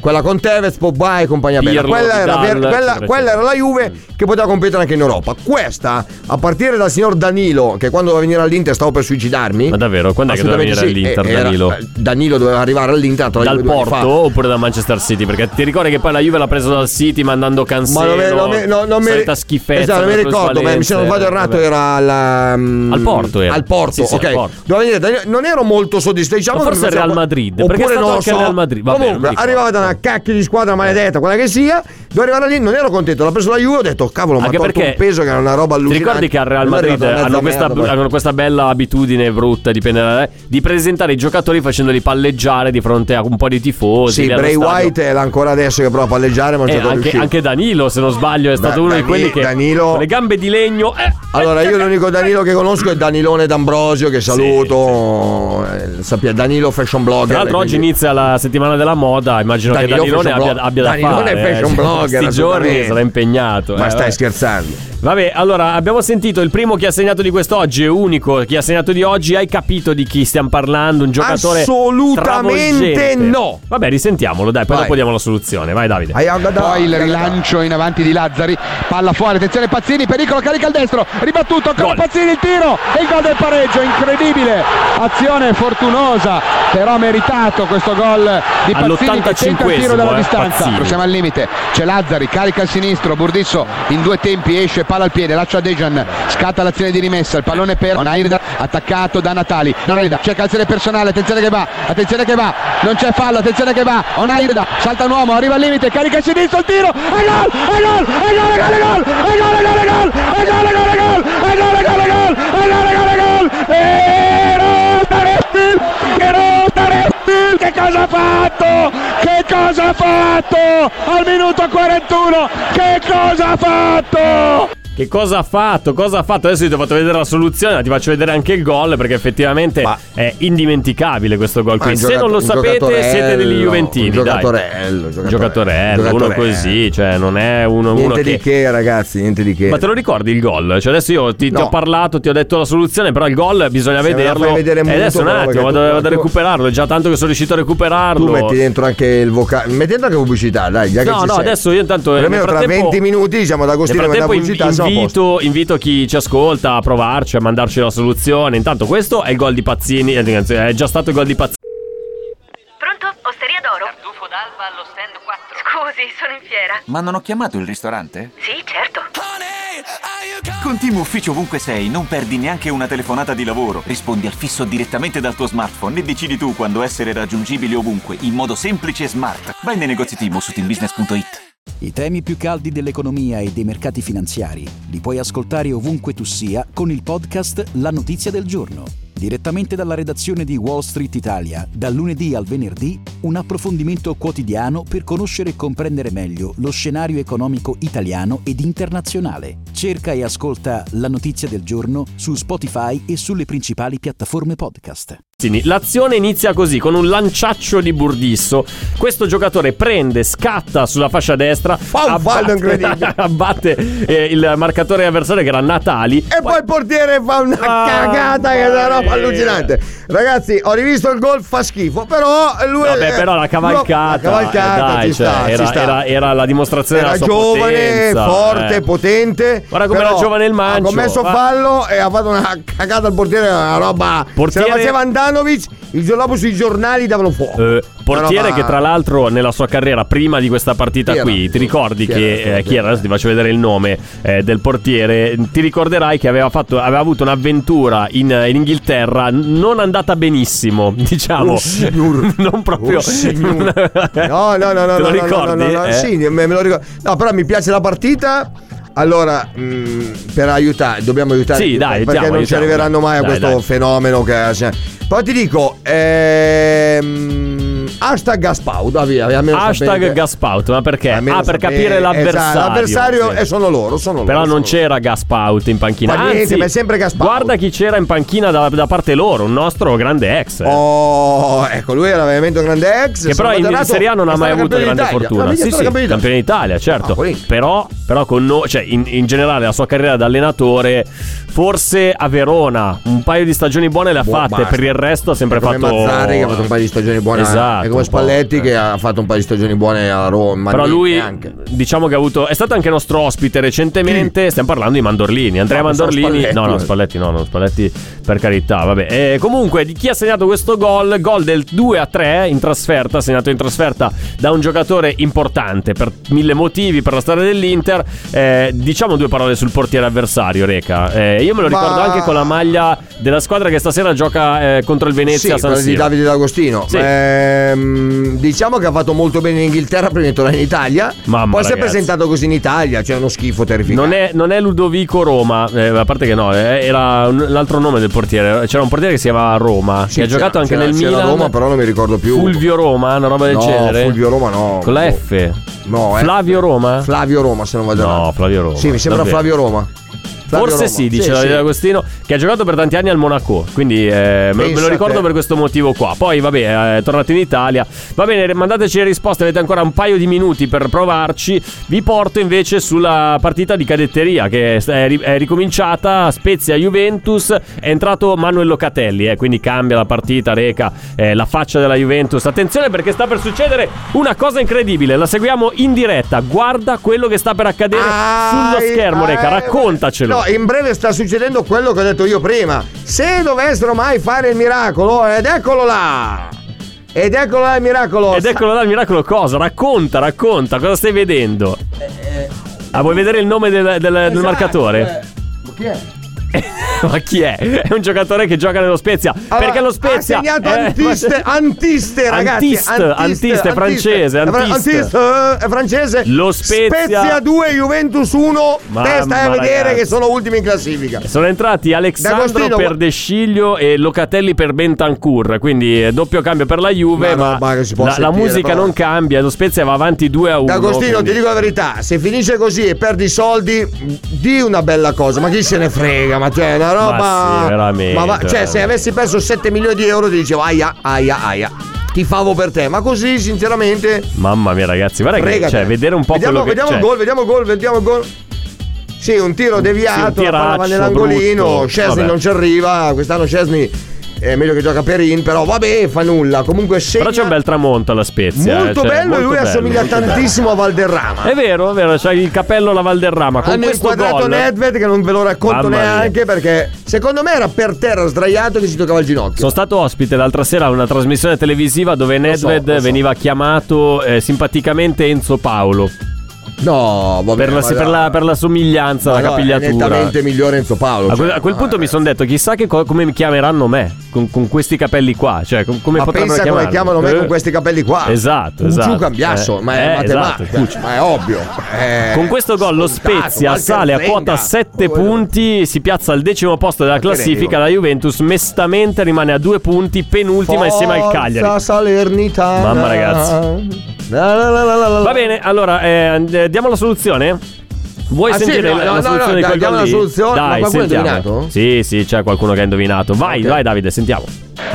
F: Quella con Tevez, Pogba e compagnia bella.
E: Pirlo,
F: Quella era,
E: Vidal,
F: ver- quella-
E: eccetera,
F: quella era la Juve che poteva competere anche in Europa. Questa, a partire dal signor Danilo, che quando doveva venire all'Inter stavo per suicidarmi.
E: Ma davvero, quando è che doveva venire
F: Assolutamente sì,
E: all'Inter,
F: eh, era-
E: Danilo?
F: Danilo doveva arrivare all'Inter. tra
E: Dal
F: l'altro, due anni fa.
E: Porto oppure da Manchester City? Perché ti ricordi che poi la Juve l'ha preso dal City mandando
F: Ma
E: Cancelo
F: non, me- non me- no, non mi,
E: solita schifezza
F: esatto, non mi
E: contro il
F: ricordo, ma mi
E: Valencia,
F: sono sbagliato errato.
E: vabbè.
F: Era alla, mm,
E: Al Porto era.
F: Al Porto,
E: Sì, sì,
F: ok.
E: al Porto.
F: Doveva venire Danilo- non ero molto soddisfatto. Diciamo
E: Ma
F: che
E: forse
F: mi faceva-
E: Real Madrid,
F: Oppure
E: perché è stato
F: non
E: anche
F: so.
E: Real Madrid, vabbè, non mi
F: Comunque,
E: ricordo.
F: arrivava da una cacchio di squadra maledetta, quella che sia. Dove arrivare lì, non ero contento. L'ha preso la Juve, ho detto, cavolo, ma ha
E: Anche
F: tolto
E: perché
F: un peso che era una roba
E: Ti
F: allucinante.
E: ricordi che al Real
F: Non è
E: Madrid
F: arrivata mezza
E: hanno questa,
F: merda, poi.
E: hanno questa bella abitudine brutta, dipende da- di presentare i giocatori facendoli palleggiare di fronte a un po' di tifosi.
F: Sì,
E: lì allo
F: Bray
E: stadio.
F: White è ancora adesso che prova a palleggiare, ma non
E: Eh,
F: c'è stato
E: anche,
F: riuscito.
E: anche Danilo, se non sbaglio, è stato
F: Da-
E: uno
F: Dani-
E: di quelli che
F: Danilo-
E: con le gambe di legno. eh,
F: Allora, io l'unico Danilo che conosco è Danilone D'Ambrosio, che saluto. Eh, sappia- Danilo Fashion Blogger.
E: Tra l'altro oggi
F: quindi-
E: inizia la settimana della moda, immagino
F: Danilo
E: che Danilone
F: fashion blog-
E: abbia, abbia da
F: Danilone
E: fare. eh.
F: fashion blogger,
E: Questi giorni
F: assolutamente.
E: sarà impegnato.
F: Ma
E: eh,
F: stai
E: vabbè.
F: scherzando?
E: Vabbè, allora abbiamo sentito il primo che ha segnato di quest'oggi, è unico che ha segnato di oggi. Hai capito di chi stiamo parlando? Un giocatore
F: Assolutamente
E: travolgente.
F: no.
E: Vabbè, risentiamolo, dai, poi
F: Vai.
E: dopo diamo la soluzione. Vai, Davide.
F: Ai- da- da-
K: Poi il
F: da- da-
K: rilancio in avanti di Lazzari, palla fuori, attenzione Pazzini, pericolo, carica al destro, ribattuto, ancora
E: Gol.
K: Pazzini il tiro e il gol del pareggio, incredibile, azione fortunosa, però meritato questo gol di Pazzini che tenta il tiro dalla
E: All'85esimo, eh,
K: distanza,
E: Pazzini.
K: siamo al limite, c'è Lazzari, carica al sinistro, Burdisso in due tempi esce, palla al piede, laccia a Dejan, scatta l'azione di rimessa, il pallone per Onairda, attaccato da Natali, Onairda cerca azione personale, attenzione che va, attenzione che va, non c'è fallo, attenzione che va, Onairda salta un uomo, arriva al limite, carica a sinistro, il tiro, e gol, e gol, e gol, e gol, e gol, e gol, e gol, e gol, e gol, e gol, e gol, e gol, e gol, e gol, e gol, e gol, e Rosa Reptil, e Rosa Reptil, che cosa ha fatto? Che cosa ha fatto? Al minuto 41, che cosa ha fatto?
E: Che cosa ha fatto? Cosa ha fatto? Adesso io ti ho fatto vedere la soluzione, ma ti faccio vedere anche il gol perché effettivamente
F: Ma-
E: è indimenticabile questo gol.
F: Ma un
E: Quindi, se non
F: giocato-
E: lo
F: un
E: sapete, siete degli
F: giocatorello,
E: Juventini.
F: un
E: dai.
F: giocatorello, giocatorello,
E: Giocatorello, uno
F: giocatorello.
E: così, cioè non è uno, uno
F: Niente
E: che.
F: di che, ragazzi, niente di che.
E: Ma te lo ricordi il gol? Cioè adesso io ti, ti
F: No.
E: ho parlato, ti ho detto la soluzione, però il gol bisogna
F: Se me la
E: vederlo.
F: fai vedere
E: e
F: molto,
E: adesso un
F: però,
E: attimo,
F: perché
E: vado,
F: tu-
E: vado a
F: tu-
E: recuperarlo. È già tanto che sono riuscito a recuperarlo.
F: tu metti dentro anche il vocale, metti dentro anche pubblicità, dai, già che
E: No,
F: ci
E: no,
F: sei.
E: adesso io intanto, eh,
F: Almeno
E: nel
F: tra
E: frattempo-
F: 20 minuti siamo ad
E: Nel
F: Agostino e la
E: frattempo
F: pubblicità,
E: in-
F: siamo a posto.
E: invito, invito chi ci ascolta a provarci, a mandarci la soluzione. Intanto questo è il gol di Pazzini, eh, anzi, è già stato il gol di Pazzini.
A: Pronto? Osteria d'oro?
B: Tartufo d'alba allo stand 4.
A: Scusi, sono in fiera.
C: Ma non ho chiamato il ristorante?
A: Sì, certo.
C: Con Team Ufficio ovunque sei non perdi neanche una telefonata di lavoro. Rispondi al fisso direttamente dal tuo smartphone e decidi tu quando essere raggiungibile ovunque in modo semplice e smart. Vai nei negozi Team o su teambusiness.it.
L: I temi più caldi dell'economia e dei mercati finanziari li puoi ascoltare ovunque tu sia con il podcast La notizia del giorno. Direttamente dalla redazione di Wall Street Italia, dal lunedì al venerdì, un approfondimento quotidiano per conoscere e comprendere meglio lo scenario economico italiano ed internazionale. Cerca e ascolta la notizia del giorno su Spotify e sulle principali piattaforme podcast.
E: Mazzini. L'azione inizia così, con un lanciaccio di Burdisso. Questo giocatore prende, scatta sulla fascia destra,
F: fallo
E: abbatte,
F: incredibile.
E: *laughs* abbatte, eh, il marcatore avversario che era Natali.
F: E poi il portiere fa una
E: Ah,
F: cagata che è una
E: eh.
F: roba allucinante. Ragazzi, ho rivisto il gol, fa schifo, però lui
E: Vabbè,
F: eh,
E: però la cavalcata,
F: La cavalcata
E: eh, dai,
F: ci
E: cioè,
F: sta,
E: era,
F: ci sta.
E: era- era la dimostrazione
F: Era
E: della sua
F: giovane,
E: potenza,
F: forte,
E: eh.
F: potente.
E: Guarda com'era
F: però
E: giovane il Mancio, Ah.
F: Ha commesso
E: va.
F: fallo e ha fatto una cagata al portiere, una roba.
E: Portiere-
F: Se la faceva Andanovic, il giorno dopo sui giornali davano fuoco.
E: Eh, portiere
F: Però, ma-
E: che tra l'altro nella sua carriera prima di questa partita
F: Chi era?
E: qui ti ricordi
F: Chi
E: che
F: era?
E: eh, chi era adesso ti faccio vedere il nome eh, del portiere ti ricorderai che aveva, fatto, aveva avuto un'avventura in, in Inghilterra non andata benissimo *laughs* diciamo
F: Oh, signor.
E: *laughs* non proprio
F: Oh, *laughs*
E: *laughs*
F: signor. No, no, no, no, no,
E: Te lo
F: no,
E: ricordi?
F: no, no, no,
E: Eh?
F: sì, me, me lo ricordo. No, però mi piace la partita. Allora, mh, per aiutare, dobbiamo aiutare
E: Sì,
F: tutti,
E: dai,
F: perché
E: aiutiamo,
F: non ci
E: aiutiamo.
F: arriveranno mai a
E: Dai,
F: questo
E: dai.
F: fenomeno che c'è. Poi ti dico, ehm, hashtag Gaspau, dai via, almeno
E: hashtag
F: sapete.
E: Gaspout ma perché?
F: Almeno
E: ah per
F: sapete.
E: capire l'avversario
F: Esatto, l'avversario
E: Sì.
F: e sono loro, sono loro.
E: Però
F: sono
E: non
F: loro.
E: c'era Gaspout in panchina.
F: Ma niente,
E: Anzi,
F: ma è sempre Gaspout.
E: Guarda chi c'era in panchina da, da parte loro, un nostro grande ex. eh.
F: Oh, ecco, lui era veramente un grande ex.
E: Che però in, in Serie A non ha mai avuto grande
F: Ah,
E: fortuna. Sì, sì,
F: campione d'Italia.
E: campione d'Italia, certo.
F: Ah, Polini.
E: però, però con noi, cioè in, in generale la sua carriera da allenatore, forse a Verona, un paio di stagioni buone le ha
F: Boh,
E: fatte,
F: basta.
E: per il resto ha sempre
F: È come
E: fatto...
F: Mazzarri che ha fatto un paio di stagioni buone
E: Esatto,
F: e
E: un po'.
F: come Spalletti che ha fatto un paio di stagioni buone alla Roma
E: Però
F: niente
E: lui,
F: neanche.
E: diciamo che ha avuto. È stato anche nostro ospite recentemente. Stiamo parlando di Mandorlini. Andrea
F: No, pensavo
E: Mandorlini.
F: Spalletti.
E: No, no, Spalletti, no, no, Spalletti, per carità. Vabbè. Eh, comunque, di chi ha segnato questo gol? Gol del 2 a 3 in trasferta. Segnato in trasferta da un giocatore importante per mille motivi, per la storia dell'Inter. Eh, diciamo due parole sul portiere avversario, Reca. Eh, io me lo
F: Ma-
E: ricordo anche con la maglia della squadra che stasera gioca eh, contro il Venezia a
F: sì,
E: San
F: quello di
E: Siro.
F: Davide D'Agostino.
E: Sì.
F: Ehm, diciamo che ha fatto molto bene in Inghilterra prima di tornare in Italia.
E: Mamma,
F: Poi si è
E: ragazzi.
F: presentato così in Italia, cioè uno schifo terrificante.
E: Non è, non è Ludovico Roma, eh, a parte che no, eh, era un, l'altro nome del portiere. C'era un portiere che si chiamava Roma,
F: Sì,
E: che ha
F: c'era-
E: giocato anche
F: c'era-
E: nel
F: c'era
E: Milan.
F: Roma, però non mi ricordo più.
E: Fulvio Roma, una roba del
F: no,
E: genere.
F: Fulvio Roma no.
E: Con la
F: Boh.
E: F.
F: No, eh.
E: Flavio Roma?
F: Flavio Roma, se non vado errato.
E: No, Flavio Roma.
F: Sì, mi sembra
E: davvero.
F: Flavio Roma. Flavio
E: Forse
F: Roma.
E: sì, dice
F: sì.
E: Davide Agostino, che ha giocato per tanti anni al Monaco, quindi eh, me, lo- me
F: Pensa
E: lo
F: a
E: ricordo
F: te.
E: per questo motivo qua. Poi vabbè, eh, è tornato in Italia. Va bene, mandateci le risposte, avete ancora un paio di minuti per provarci. Vi porto invece sulla partita di cadetteria che è, ri- è ricominciata, Spezia-Juventus, è entrato Manuel Locatelli, eh, quindi cambia la partita, reca eh, la faccia della Juventus. Attenzione perché sta per succedere una cosa incredibile, la seguiamo in diretta, guarda quello che sta per accadere
F: Ah,
E: sullo schermo,
F: eh,
E: reca, raccontacelo.
F: No, in breve sta succedendo quello che ho detto io prima. Se dovessero mai fare il miracolo, ed eccolo là! Ed eccolo là il miracolo!
E: Ed ecco, eccolo là il miracolo cosa? Racconta, racconta, cosa stai vedendo?
F: Eh,
E: Ah, vuoi vedere il nome del, del- del
F: Esatto,
E: marcatore?
F: eh.
E: *laughs* Ma chi è? È un giocatore che gioca nello Spezia.
F: Allora,
E: perché lo Spezia
F: ha segnato
E: eh,
F: Antiste, Antiste, ragazzi.
E: Antiste, Antiste, è francese,
F: È fra-
E: Antiste.
F: Antiste, eh, è francese.
E: Lo Spezia-
F: 2, Juventus 1.
E: Mamma,
F: te stai a vedere
E: ragazzi.
F: che sono ultimi in classifica.
E: *laughs* Sono entrati Alexandro
F: D'Agostino,
E: per
F: gua-
E: De Sciglio e Locatelli per Bentancur. Quindi eh, doppio cambio per la Juve.
F: Una
E: Ma,
F: roba che si può
E: la, la
F: sentire,
E: musica
F: però.
E: non cambia. Lo Spezia va avanti 2 a 1.
F: D'Agostino, ti dico la verità: se finisce così e perdi soldi, di una bella cosa, ma chi se ne frega? Ma cioè, è una roba.
E: sì, veramente,
F: ma va- cioè,
E: veramente.
F: se avessi perso 7 milioni di euro, ti dicevo aia, aia, aia. Ti favo per te, ma così, sinceramente,
E: Mamma mia, ragazzi, guarda che
F: fregate.
E: cioè, Eh, vedere un po'
F: Vediamo,
E: quello che
F: vediamo
E: cioè,
F: il gol, vediamo il gol, vediamo il gol. Sì, un tiro deviato,
E: Sì,
F: la
E: un
F: palla va
E: tiraccio brutto.
F: nell'angolino. Scesni
E: Vabbè.
F: non ci arriva. Quest'anno Scesni è meglio che gioca Perin, però vabbè, fa nulla. Comunque, segna.
E: Però c'è un bel tramonto alla Spezia. eh,
F: Molto
E: cioè,
F: bello e
E: molto
F: lui
E: bello,
F: assomiglia
E: molto bello.
F: tantissimo a Valderrama.
E: È vero, è vero, c'ha il capello alla Valderrama. Con
F: Hanno
E: questo
F: inquadrato
E: gol.
F: Nedved che non ve lo racconto
E: Mamma mia.
F: neanche perché secondo me era per terra sdraiato che si toccava il ginocchio.
E: Sono stato ospite l'altra sera a una trasmissione televisiva dove
F: so,
E: Nedved
F: lo so.
E: veniva chiamato eh, simpaticamente Enzo Paolo
F: No, vabbè.
E: per la,
F: ma
E: per
F: no.
E: la- per la somiglianza,
F: Ma
E: la
F: no, è
E: capigliatura.
F: nettamente migliore Enzo Paolo. cioè,
E: A quel, a quel
F: ma-
E: punto mi sono detto, chissà che co- come mi chiameranno me con, con questi capelli qua. Cioè, com- come
F: Ma
E: potrebbero
F: pensa come
E: chiamarmi?
F: chiamano me
E: Eh.
F: con questi capelli qua.
E: Esatto,
F: Un
E: esatto.
F: giù cambiasso,
E: Eh,
F: ma è
E: eh,
F: matematica.
E: esatto, Cuccio.
F: ma è ovvio. È
E: Con questo gol lo
F: Eh, scontato,
E: Spezia
F: Walker
E: sale a
F: Zenga.
E: quota 7
F: Quello-
E: punti, si piazza al decimo posto della classifica, la Juventus mestamente rimane a due punti, penultima insieme al
F: Forza
E: Cagliari.
F: Salernitana.
E: Mamma, ragazzi.
F: La, la, la, la, la, la.
E: Va bene, allora eh, and- eh, diamo la soluzione? Vuoi
F: Ah, sì?
E: sentire
F: No,
E: la,
F: no,
E: la
F: no,
E: soluzione
F: no,
E: di quel
F: diamo
E: gol
F: la
E: lì?
F: soluzione. Ma
E: Dai,
F: qualcuno ha
E: sentiamo.
F: indovinato?
E: Sì, sì, c'è qualcuno che ha indovinato. Vai, vai Davide, sentiamo.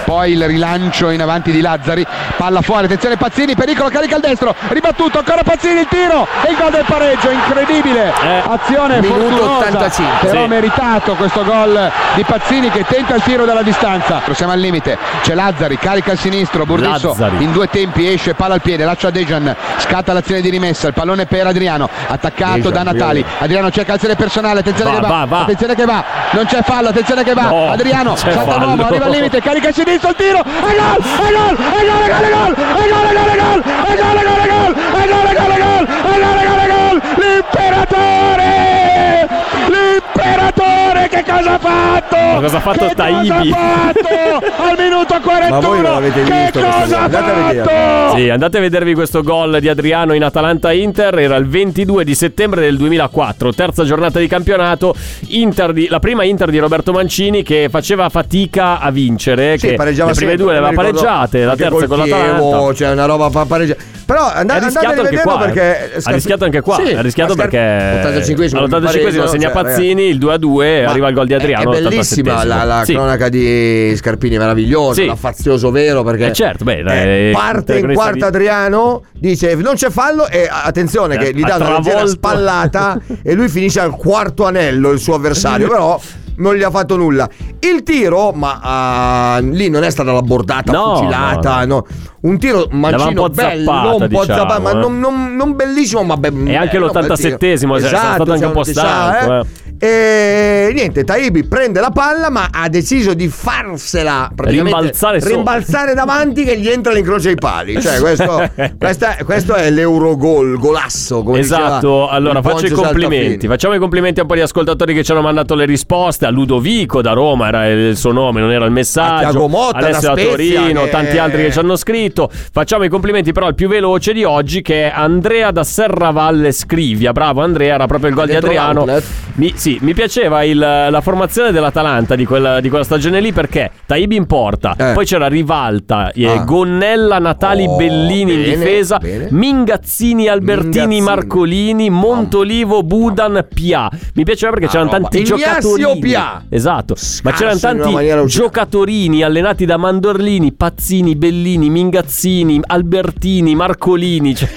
K: Poi il rilancio in avanti di Lazzari, palla fuori, attenzione Pazzini, pericolo, carica al destro, ribattuto, ancora Pazzini il tiro e il gol del pareggio, incredibile.
E: Eh.
K: Azione
M: Minuto
K: fortunosa,
M: 85.
K: però
M: Sì.
K: meritato questo gol di Pazzini che tenta il tiro dalla distanza. Siamo al limite, c'è Lazzari, carica al sinistro, Burdisso
E: Lazzari.
K: in due tempi esce, palla al piede, lascia Dejan, scatta l'azione di rimessa, il pallone per Adriano, attaccato
E: Dejan,
K: da Natali.
E: Adriano.
K: Adriano cerca l'azione personale, attenzione
E: Va,
K: che
E: va, va.
K: attenzione che va, non c'è fallo, attenzione che va,
E: No,
K: Adriano,
E: c'è
K: salta l'uomo,
E: fallo.
K: arriva al limite, carica a sinistra il tiro, e gol, e gol, e gol, e gol, e gol, e gol, e gol, e gol, e gol, e gol, e gol, e gol, e gol, e gol, e gol, e gol, e gol, l'imperatore, l'imperatore che cosa ha fatto?
E: Ma cosa ha fatto
K: che
E: Taibi?
K: Cosa ha
E: *laughs*
K: fatto al minuto
F: Ma voi non
K: 41?
F: l'avete
K: Che
F: visto questo
K: cosa
F: gol?
K: ha
F: Andate a vederlo.
K: fatto?
E: Sì, andate a vedervi questo gol di Adriano in Atalanta-Inter, era il 22 di settembre del 2004, terza giornata di campionato, Inter di- la prima Inter di Roberto Mancini che faceva fatica a vincere,
F: Sì,
E: che le
F: pareggiava
E: prime
F: sempre,
E: due le
F: mi
E: aveva
F: ricordo,
E: pareggiate, la
F: anche
E: terza
F: col
E: con
F: Chievo,
E: l'Atalanta.
F: Cioè, una roba pa- pareggia. Però and-
E: Ha
F: andate a
E: rischiato anche
F: vederlo
E: qua, eh.
F: perché.
E: ha rischiato anche qua,
F: Sì,
E: ha rischiato
F: Scarpa-
E: perché
F: 85esimo,
E: all'85esimo
F: pareggio,
E: segna
F: cioè,
E: Pazzini, il 2-2 arriva il gol di Adriano.
F: È bellissima
E: 87esimo.
F: la, la
E: Sì.
F: cronaca di Scarpini, meravigliosa,
E: Sì.
F: la fazioso vero perché
E: Eh, certo, beh,
F: eh,
E: eh,
F: parte in
E: protagonista
F: quarta
E: di-
F: Adriano, dice non c'è fallo e a- attenzione che
E: Eh,
F: gli dà
E: ha
F: una leggera
E: travolto.
F: spallata e lui finisce al quarto anello il suo avversario, però non gli ha fatto nulla. Il tiro, ma ah, lì non è stata la bordata
E: No,
F: fucilata,
E: no,
F: no. Un tiro mancino
E: un po'
F: bello,
E: zappata,
F: un po'
E: diciamo,
F: zappato, ma
E: eh.
F: non, non- non bellissimo, ma eh, bello.
E: E anche l'87esimo, cioè, è
F: Esatto,
E: stato anche un po' stanco, eh.
F: e niente, Taibi prende la palla, ma ha deciso di farsela praticamente
E: Rimbalzare sopra.
F: rimbalzare davanti che gli entra l'incrocio ai pali. Cioè,
E: *laughs*
F: questo, questa- questo è l'Eurogol, golasso. Come
E: Esatto,
F: diceva
E: allora
F: il
E: faccio i
F: Ponzio
E: complimenti.
F: Saltafini.
E: Facciamo i complimenti a un po' di ascoltatori che ci hanno mandato le risposte. A Ludovico da Roma era il suo nome, non era il messaggio.
F: A Tiago Motta da
E: Alessio da
F: Spezia,
E: Torino,
F: che-
E: tanti altri che ci hanno scritto. Facciamo i complimenti però al più veloce di oggi che è Andrea da Serravalle Scrivia. Bravo Andrea, era proprio il gol di
F: Dentro
E: Adriano.
F: l'outlet.
E: Mi, sì, mi piaceva il- la formazione dell'Atalanta di quella, di quella stagione lì perché Taibi in porta,
F: Eh.
E: poi c'era Rivalta, eh,
F: Ah.
E: Gonnella, Natali,
F: Oh,
E: Bellini in
F: bene,
E: difesa,
F: bene.
E: Mingazzini, Albertini,
F: Mingazzini.
E: Marcolini, Montolivo, Budan, Pia. Mi piaceva perché c'erano
F: Ah, roba.
E: tanti
F: Ignazio
E: giocatori.
F: Pia.
E: Esatto, ma c'erano
F: in una maniera
E: tanti
F: allucinante.
E: giocatorini allenati da Mandorlini, Pazzini, Bellini, Mingazzini, Albertini, Marcolini. Cioè...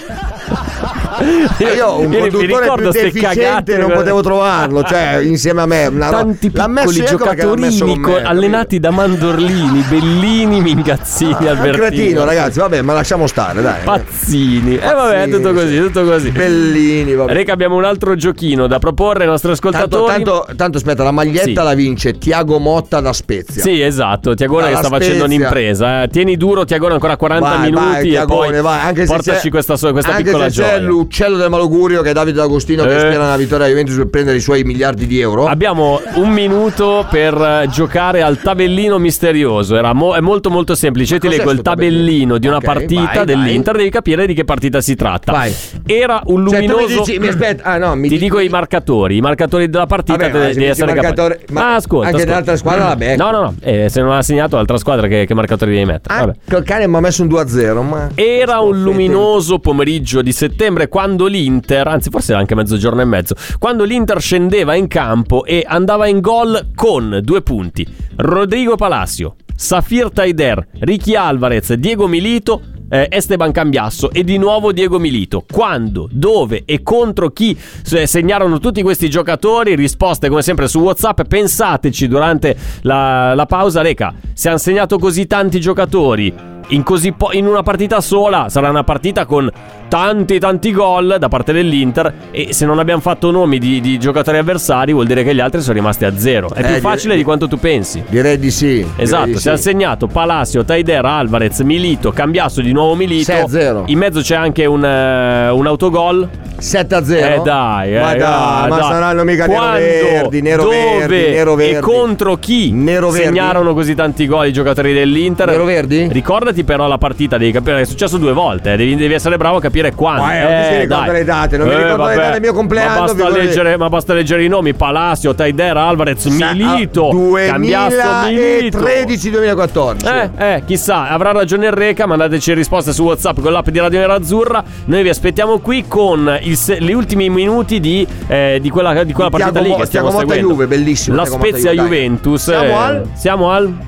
F: Ma Io
E: *laughs*
F: un
E: mi
F: conduttore
E: ricordo
F: più
E: ste cagate, eh.
F: deficiente non potevo trovarlo, cioè
E: *laughs*
F: insieme a me. Una roba-
E: Tanti
F: l'ha messo
E: piccoli
F: io perché l'ha messo
E: giocatori
F: con me, capito?
E: allenati da Mandorlini, Bellini, Mingazzini,
F: Ah, un
E: Albertini.
F: cretino, ragazzi, vabbè, ma lasciamo stare, dai.
E: Pazzini. E Eh, vabbè,
F: Pazzini,
E: tutto così,
F: sì.
E: tutto così.
F: Bellini, vabbè.
E: Reca, abbiamo un altro giochino da proporre ai nostri
F: Tanto,
E: ascoltatori.
F: tanto, tanto aspetta, la maglietta
E: Sì.
F: la vince Tiago Motta da Spezia.
E: Sì, esatto. Tiagone che
F: Dalla
E: sta facendo
F: Spezia.
E: un'impresa. eh. Tieni duro, Tiagone, ancora 40
F: Vai,
E: minuti.
F: vai,
E: e
F: Tiagone,
E: poi
F: vai, anche se
E: portaci
F: c'è-
E: questa, so- questa
F: anche
E: piccola
F: se c'è
E: gioia.
F: l'uccello del malaugurio che è Davide D'Agostino che
E: Eh.
F: spera una vittoria della Juventus per prendere i suoi miliardi di euro.
E: Abbiamo un minuto per eh, giocare al tabellino misterioso. Era mo- è molto molto semplice. Io Ti
F: cos'è
E: leggo il
F: sto tabellino?
E: tabellino, di una
F: Ok,
E: partita
F: vai,
E: dell'Inter, devi capire di che partita si tratta.
F: Vai.
E: Era un
F: Cioè, tu mi
E: luminoso.
F: dici, mi aspetta, ah no, mi
E: Ti
F: dici-
E: dico i marcatori, i marcatori della partita
F: Vabbè, ma
E: de-
F: se
E: devi
F: dici
E: essere
F: marcatore-
E: capace.
F: ma
E: ah, ascolta,
F: anche
E: ascolta.
F: l'altra squadra la becca.
E: No, no, no, eh, se non ha segnato l'altra squadra che, che marcatori devi mettere.
F: Ah,
E: Vabbè.
F: col cane mi ha messo un 2-0, ma
E: Era un
F: fede.
E: luminoso pomeriggio di settembre quando l'Inter, anzi forse era anche mezzogiorno e mezzo, quando l'Inter scendeva in campo e andava in gol con due punti. Rodrigo Palacio, Safir Taider, Ricky Alvarez, Diego Milito, eh, Esteban Cambiasso e di nuovo Diego Milito. Quando, dove e contro chi se- segnarono tutti questi giocatori? Risposte come sempre su WhatsApp. Pensateci durante la, la pausa, Reca. Se hanno segnato così tanti giocatori in, così po- in una partita sola, sarà una partita con tanti, tanti gol da parte dell'Inter. E se non abbiamo fatto nomi di, di giocatori avversari, vuol dire che gli altri sono rimasti a zero. È
F: Eh,
E: più
F: dire-
E: facile di quanto tu pensi.
F: Direi di sì. direi di
E: Esatto,
F: sì.
E: si è assegnato Palacio, Taider, Alvarez, Milito, Cambiasso di nuovo Milito.
F: 6-0.
E: In mezzo c'è anche un, eh, un autogol.
F: 7 a 0.
E: Eh dai, eh,
F: ma dai,
E: eh,
F: ma
E: dai.
F: saranno mica
E: Quando,
F: nero-verdi, nero-verdi,
E: dove
F: nero-verdi.
E: E contro chi
F: Nero-verdi?
E: segnarono così tanti gol i giocatori dell'Inter?
F: Nero-verdi?
E: Ricordati però la partita, devi capire che è successo due volte, eh, devi, devi essere bravo a capire quando.
F: Ma, eh, non si ricorda
E: dai. Eh,
F: le date, non mi ricordo le date del mio compleanno,
E: Ma
F: vi
E: basta,
F: vorrei-
E: leggere, ma basta leggere i nomi: Palacio, Taidera, Alvarez,
F: ah,
E: Milito. Cambiasso Milito.
F: 2013-2014.
E: Eh, eh, chissà, avrà ragione il Reca, mandateci risposte su WhatsApp con l'app di Radio Nerazzurra. Noi vi aspettiamo qui con il se- gli ultimi minuti di, eh, di quella, di quella
F: Thiago
E: partita lì
F: Mo-
E: che stiamo
F: Thiago Motta
E: seguendo.
F: Juve, bellissimo,
E: La
F: Thiago Motta
E: Spezia
F: Juve, dai.
E: Juventus.
F: Siamo
E: eh,
F: al- Esatto.
E: Siamo al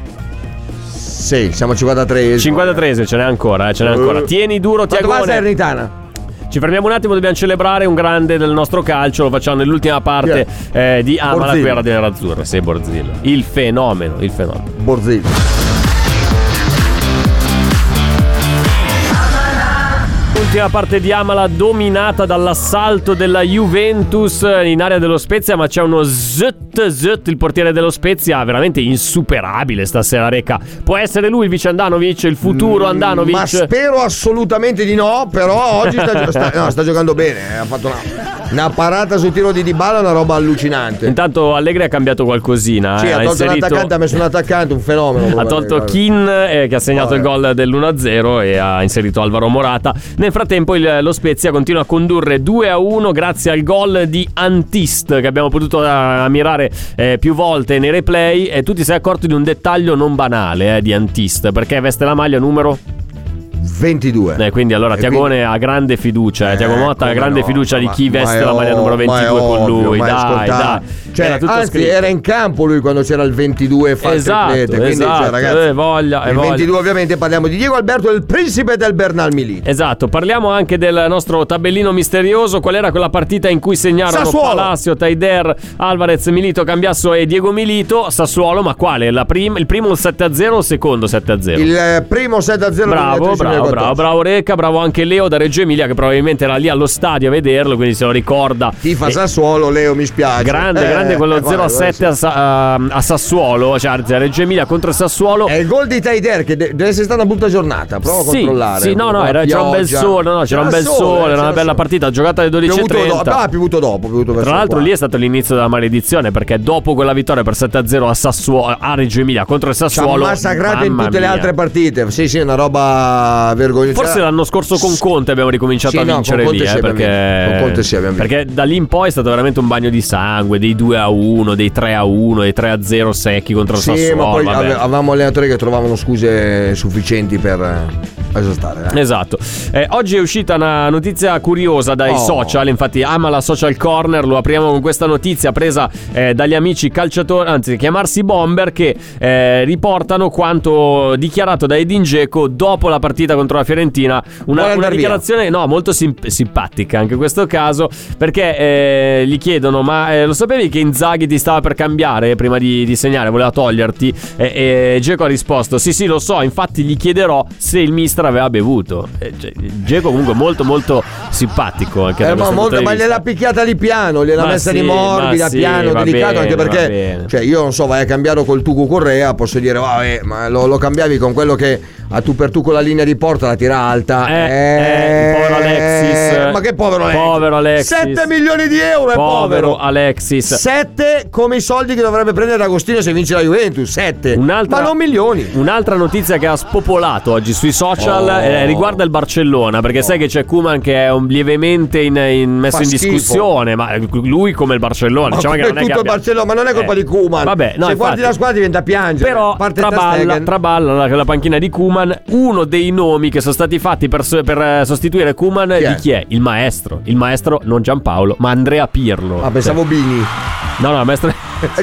F: Sì, siamo al 53.
E: 53 ce n'è ancora, eh, ce n'è ancora.
F: Eh.
E: Tieni duro,
F: Quanto va
E: Tiagone.
F: Salernitana?
E: Ci fermiamo un attimo, dobbiamo celebrare un grande del nostro calcio. Lo facciamo nell'ultima parte eh, di Amala
F: Borzillo.
E: qui a Radio Nerazzurra. Sì, Borzillo. Il fenomeno, il fenomeno.
F: Borzillo.
E: Ultima parte di Amala dominata dall'assalto della Juventus in area dello Spezia, ma c'è uno zut zut, il portiere dello Spezia, veramente insuperabile stasera, Reca. Può essere lui il vice Andanovic, il futuro Andanovic.
F: Mm, Ma spero assolutamente di no, però oggi sta, gio- sta- no, sta giocando bene. eh, Ha fatto una, una parata sul tiro di Dybala, una roba allucinante.
E: Intanto Allegri ha cambiato qualcosina.
F: Sì,
E: eh,
F: ha tolto un
E: inserito-
F: attaccante, ha messo un attaccante, un fenomeno.
E: Ha tolto Kin eh, che ha segnato il gol dell'1-0 e ha inserito Alvaro Morata. Nel frattempo il- lo Spezia continua a condurre 2-1 grazie al gol di Antist che abbiamo potuto eh, ammirare eh, più volte nei replay e tu ti sei accorto di un dettaglio non banale eh, di Antist perché veste la maglia numero
F: 22.
E: eh, quindi allora Tiagone ha grande fiducia, eh, Tiago Motta ha
F: come
E: grande
F: no,
E: fiducia di
F: ma- ma
E: chi
F: è
E: veste la maglia
F: ov-
E: numero
F: ma è
E: 22 con
F: ovvio,
E: lui,
F: ma è
E: dai, dai.
F: scontato. Cioè,
E: Era tutto
F: anzi,
E: scritto.
F: era in campo lui quando c'era il 22 e fa il
E: Esatto,
F: triplete, Quindi, cioè,
E: esatto,
F: ragazzi,
E: eh, voglia, eh,
F: il
E: voglia.
F: 22 ovviamente parliamo di Diego Alberto, il principe del Bernal Milito.
E: Esatto, parliamo anche del nostro tabellino misterioso. Qual era quella partita in cui segnarono
F: Sassuolo.
E: Palacio, Taider, Alvarez, Milito, Cambiasso e Diego Milito? Sassuolo, ma quale? La prim- il primo il 7-0 o il secondo 7-0?
F: Il eh, primo 7-0
E: Bravo,
F: 2013,
E: bravo,
F: 2014.
E: bravo, bravo Reca, bravo anche Leo da Reggio Emilia che probabilmente era lì allo stadio a vederlo, quindi se lo ricorda.
F: Tifa
E: E-
F: Sassuolo, Leo mi spiace.
E: Eh. Grande,
F: Eh,
E: grande quello
F: eh,
E: 0 a
F: guarda,
E: 7 a, Sa- ehm, a- a Sassuolo, cioè anzi, a Reggio Emilia contro il Sassuolo.
F: È il gol di Taider che de- deve essere stata una brutta giornata. Eh, Prova
E: sì,
F: a controllare.
E: Sì, no, no,
F: Una
E: era, c'era un bel
F: pioggia.
E: sole, no, no, c'era, un bel sole, era una
F: c'era
E: bella
F: sole.
E: partita giocata alle
F: Piovuto dopo,
E: 12.30.
F: ah, piovuto dopo, piovuto verso
E: Tra
F: il
E: l'altro
F: quarto.
E: lì è stato l'inizio della maledizione perché dopo quella vittoria per 7-0 a, Sassuolo, a Reggio Emilia contro il
F: ci ha
E: Sassuolo...
F: massacrato in
E: mamma
F: tutte le
E: mia.
F: altre partite. Sì, sì, è una roba vergognosa.
E: Forse
F: C'era-
E: l'anno scorso con Conte abbiamo ricominciato
F: Sì,
E: a
F: no,
E: vincere
F: con
E: lì,
F: Conte sì
E: eh,
F: abbiamo
E: perché...
F: vinto, con Conte sì abbiamo vinto.
E: perché da lì in poi è stato veramente un bagno di sangue, dei 2 a 1, dei 3 a 1, dei 3 a 0 secchi contro il
F: Sì,
E: Sassuolo.
F: ma poi
E: vabbè.
F: ave- avevamo allenatori che trovavano scuse sufficienti per eh, esaltare. dai.
E: Esatto. Eh, oggi è uscita una notizia curiosa dai
F: Oh.
E: social, infatti ama la social corner, lo apriamo con questa notizia presa eh, dagli amici calciatori, anzi chiamarsi Bomber che eh, riportano quanto dichiarato da Edin Dzeko dopo la partita contro la Fiorentina,
F: Vuole
E: una, una
F: andar via.
E: dichiarazione no, molto sim- simpatica anche in questo caso perché eh, gli chiedono ma eh, lo sapevi che Inzaghi ti stava per cambiare prima di, di segnare, voleva toglierti e, e Dzeko ha risposto sì sì lo so infatti gli chiederò se il mister aveva bevuto Eh, cioè, Dzeko comunque molto molto simpatico anche da
F: Eh, ma,
E: questo
F: molto-
E: punto di
F: ma
E: vista.
F: gliel'ha picchiata lì piano, gliel'ha
E: Ma
F: messa
E: sì,
F: di morbida,
E: ma sì,
F: piano,
E: va
F: delicato,
E: bene,
F: anche
E: va bene.
F: perché cioè, io non so, vai a cambiarlo col Tucu Correa, posso dire, vabbè, ma lo, lo cambiavi con quello che a tu per tu con la linea di porta la tira alta.
E: Eh, eh, il povero Alexis.
F: Ma che povero Alexis?
E: Povero Alexis.
F: 7 milioni di euro, è
E: povero
F: povero.
E: Alexis
F: 7 come i soldi che dovrebbe prendere Agostino se vince la Juventus, 7.
E: Un'altra- Mm, diciamo
F: Ma non milioni.
E: Un'altra notizia che ha spopolato oggi sui social
F: Oh.
E: eh, riguarda il Barcellona, perché sai che c'è Kuman che è un- lievemente in- in- messo
F: Fa
E: in
F: schifo.
E: discussione, ma lui come il Barcellona,
F: Ma
E: diciamo che
F: come
E: non è che
F: tutto il
E: abbia-
F: Barcellona, ma non è colpa
E: Eh.
F: di Kuman.
E: Vabbè, no,
F: se guardi
E: infatti.
F: la squadra diventa a piangere.
E: Però
F: Parte Ter
E: traballa,
F: Stegen.
E: traballa la, la panchina di Kuman. Uno dei nomi che sono stati fatti per, so- per, eh, sostituire Kuman
F: Chi è?
E: di chi è? Il maestro. Il maestro non Giampaolo, ma Andrea Pirlo.
F: Ah, pensavo
E: *laughs*
F: Bini.
E: Cioè, no, no, maestro.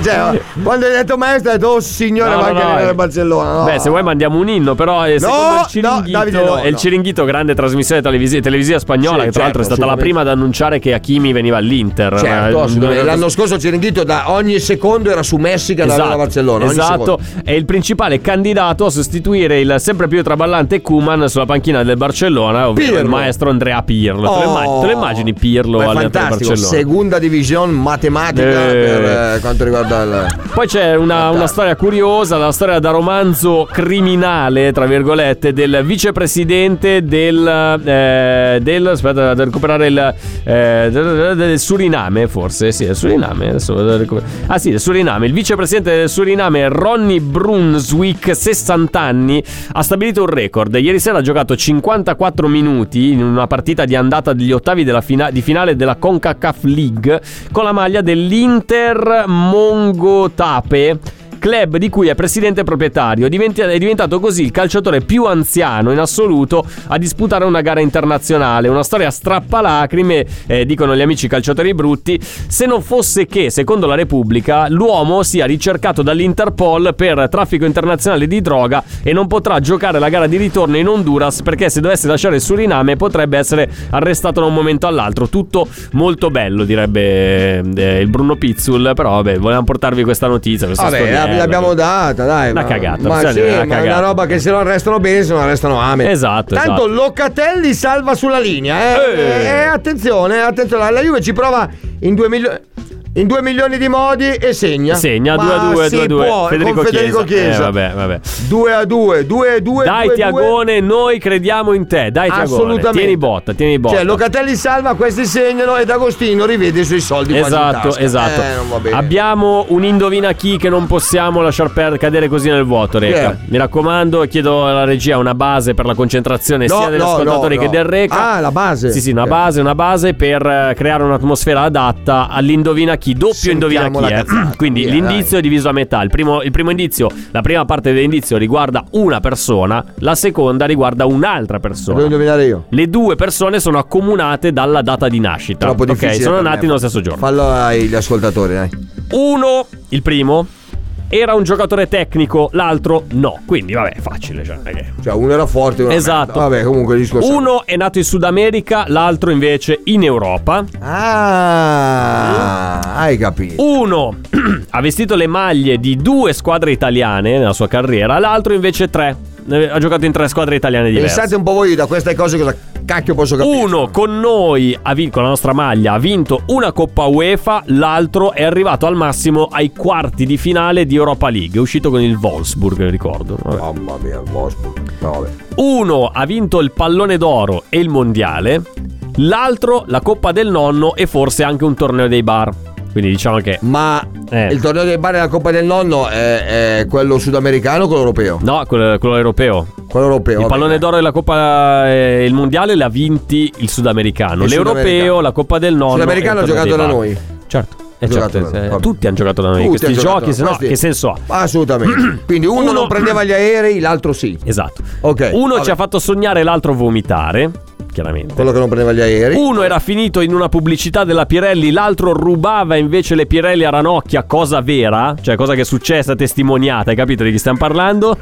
F: Cioè, quando hai detto maestro, hai detto, oh signore,
E: No,
F: va
E: no,
F: anche
E: no,
F: nel
E: eh.
F: Barcellona. no.
E: Beh, se vuoi mandiamo un inno, però eh, secondo il
F: no,
E: Ciringhito,
F: Davide, no,
E: e il
F: no.
E: Ciringhito, grande trasmissione televisi- televisiva spagnola,
F: Sì,
E: che tra l'altro è
F: certo,
E: stata la
F: assolutamente.
E: prima ad annunciare che Hakimi veniva all'Inter.
F: Certo,
E: Eh,
F: assolutamente.
E: non-
F: l'anno scorso Ciringhito da ogni secondo era su Messi che andava a Barcellona. ogni
E: esatto.
F: secondo.
E: è il principale candidato a sostituire il sempre più traballante Kuman sulla panchina del Barcellona, ovvero il
F: Pirlo.
E: maestro Andrea Pirlo. Te, lo
F: Oh.
E: immag- te lo immagini Pirlo
F: Ma è
E: al del
F: fantastico,
E: Barcellona?
F: seconda divisione matematica
E: Eh,
F: per eh, quanto riguarda il...
E: Poi c'è una, una storia curiosa, la storia da romanzo criminale, tra virgolette, del vicepresidente del. eh, del aspetta, da recuperare il. eh, del, del Suriname, forse. Sì, del Suriname. Adesso vado a recuper- ah, sì, del Suriname. Il vicepresidente del Suriname, Ronnie Brunswick, 60 anni, ha stabilito un record. Ieri sera ha giocato 54 minuti in una partita di andata degli ottavi della fina- di finale della CONCACAF League con la maglia dell'Inter Mongotape. Club di cui è presidente e proprietario, Diventi- è diventato così il calciatore più anziano in assoluto a disputare una gara internazionale. Una storia strappalacrime, eh, dicono gli amici calciatori brutti. Se non fosse che, secondo la Repubblica, l'uomo sia ricercato dall'Interpol per traffico internazionale di droga e non potrà giocare la gara di ritorno in Honduras perché se dovesse lasciare il Suriname potrebbe essere arrestato da un momento all'altro. Tutto molto bello, direbbe eh, il Bruno Pizzul. Però, vabbè, volevamo portarvi questa notizia. Questa eh,
F: Vabbè,
E: storiella.
F: l'ab- l'abbiamo data, dai.
E: Una
F: ma-
E: cagata,
F: Ma
E: bisogna
F: sì,
E: dire una
F: ma è una
E: cagata.
F: roba che se lo arrestano bene, se non arrestano ame.
E: Esatto,
F: Tanto
E: esatto.
F: Locatelli salva sulla linea, eh.
E: Eh.
F: Eh, attenzione, attenzione, la Juve ci prova in due milio- in due milioni di modi e segna.
E: Segna
F: Ma
E: 2 a 2
F: si
E: 2 a 2
F: può,
E: Federico,
F: con Federico
E: Chiesa. Eh,
F: Chiesa.
E: vabbè, vabbè.
F: 2 a 2, 2 a 2.
E: Dai Tiagone, noi crediamo in te. Dai Tiagone,
F: Assolutamente.
E: tieni botta, tieni botta.
F: Cioè, Locatelli salva, questi segnano ed Agostino rivede i suoi soldi quasi in
E: Esatto,
F: tasca.
E: esatto.
F: Eh, non va bene.
E: Abbiamo un indovina chi che non possiamo lasciar per- cadere così nel vuoto,
F: Chi
E: Reca.
F: è?
E: Mi raccomando, chiedo alla regia una base per la concentrazione
F: No,
E: sia degli
F: no,
E: ascoltatori
F: no,
E: che
F: no.
E: del Reca.
F: Ah, la base.
E: Sì, sì, una
F: Ok.
E: base, una base per eh, creare un'atmosfera adatta all'indovina chi, doppio
F: Sentiamo
E: indovina chi.
F: la
E: eh.
F: cazzata,
E: *clears throat* Quindi
F: via,
E: l'indizio è diviso a metà. Il primo, il primo indizio, la prima parte dell'indizio riguarda una persona, la seconda riguarda un'altra
F: Devo
E: persona.
F: indovinare io.
E: Le due persone sono accomunate dalla data di nascita.
F: Troppo difficile.
E: ok, sono
F: per me.
E: nati nello stesso giorno.
F: Fallo agli ascoltatori, dai.
E: Uno, il primo, era un giocatore tecnico, l'altro no. Quindi, vabbè, è facile. Cioè, non è che-
F: Cioè, uno era forte, uno era
E: Esatto.
F: merda. Vabbè, comunque il discorso.
E: Uno è nato in Sud America, l'altro invece in Europa.
F: Ah, hai capito.
E: Uno *clears throat* ha vestito le maglie di due squadre italiane nella sua carriera, l'altro invece tre. Eh, Ha giocato in tre squadre italiane diverse.
F: Pensate un po' voi da queste cose cosa cacchio posso capire.
E: Uno con noi, ha vin- con la nostra maglia, ha vinto una Coppa UEFA, l'altro è arrivato al massimo ai quarti di finale di Europa League, è uscito con il Wolfsburg, ricordo. Vabbè.
F: Mamma mia, il Wolfsburg. No, vabbè.
E: Uno ha vinto il pallone d'oro e il mondiale, l'altro la Coppa del Nonno e forse anche un torneo dei bar. Quindi diciamo che...
F: Ma
E: Eh.
F: il torneo dei bar della Coppa del Nonno è, è quello sudamericano o quello europeo?
E: No, quello, quello europeo.
F: Quello europeo.
E: Il
F: vabbè.
E: pallone d'oro e la Coppa e il mondiale l'ha vinti il sudamericano.
F: Il
E: L'europeo,
F: sudamericano.
E: la Coppa del Nonno.
F: Sudamericano
E: e il
F: ha
E: torneo
F: giocato
E: dei
F: da
E: bar. Certo. eh,
F: Ha giocato
E: certo,
F: da noi,
E: eh,
F: vabbè.
E: tutti hanno giocato da noi
F: Tutti
E: questi
F: hanno giocato
E: giochi, se
F: da
E: no
F: noi, sì.
E: che senso ha? *clears throat*
F: Assolutamente. Quindi uno,
E: Uno-
F: non prendeva gli aerei, l'altro sì.
E: Esatto.
F: Ok.
E: Uno
F: vabbè.
E: ci ha fatto sognare, l'altro vomitare, chiaramente.
F: Quello che non prendeva gli aerei.
E: Uno era finito in una pubblicità della Pirelli, l'altro rubava invece le Pirelli a Ranocchia, cosa vera, cioè cosa che è successa, testimoniata, hai capito di chi
F: *laughs*
E: stiamo parlando?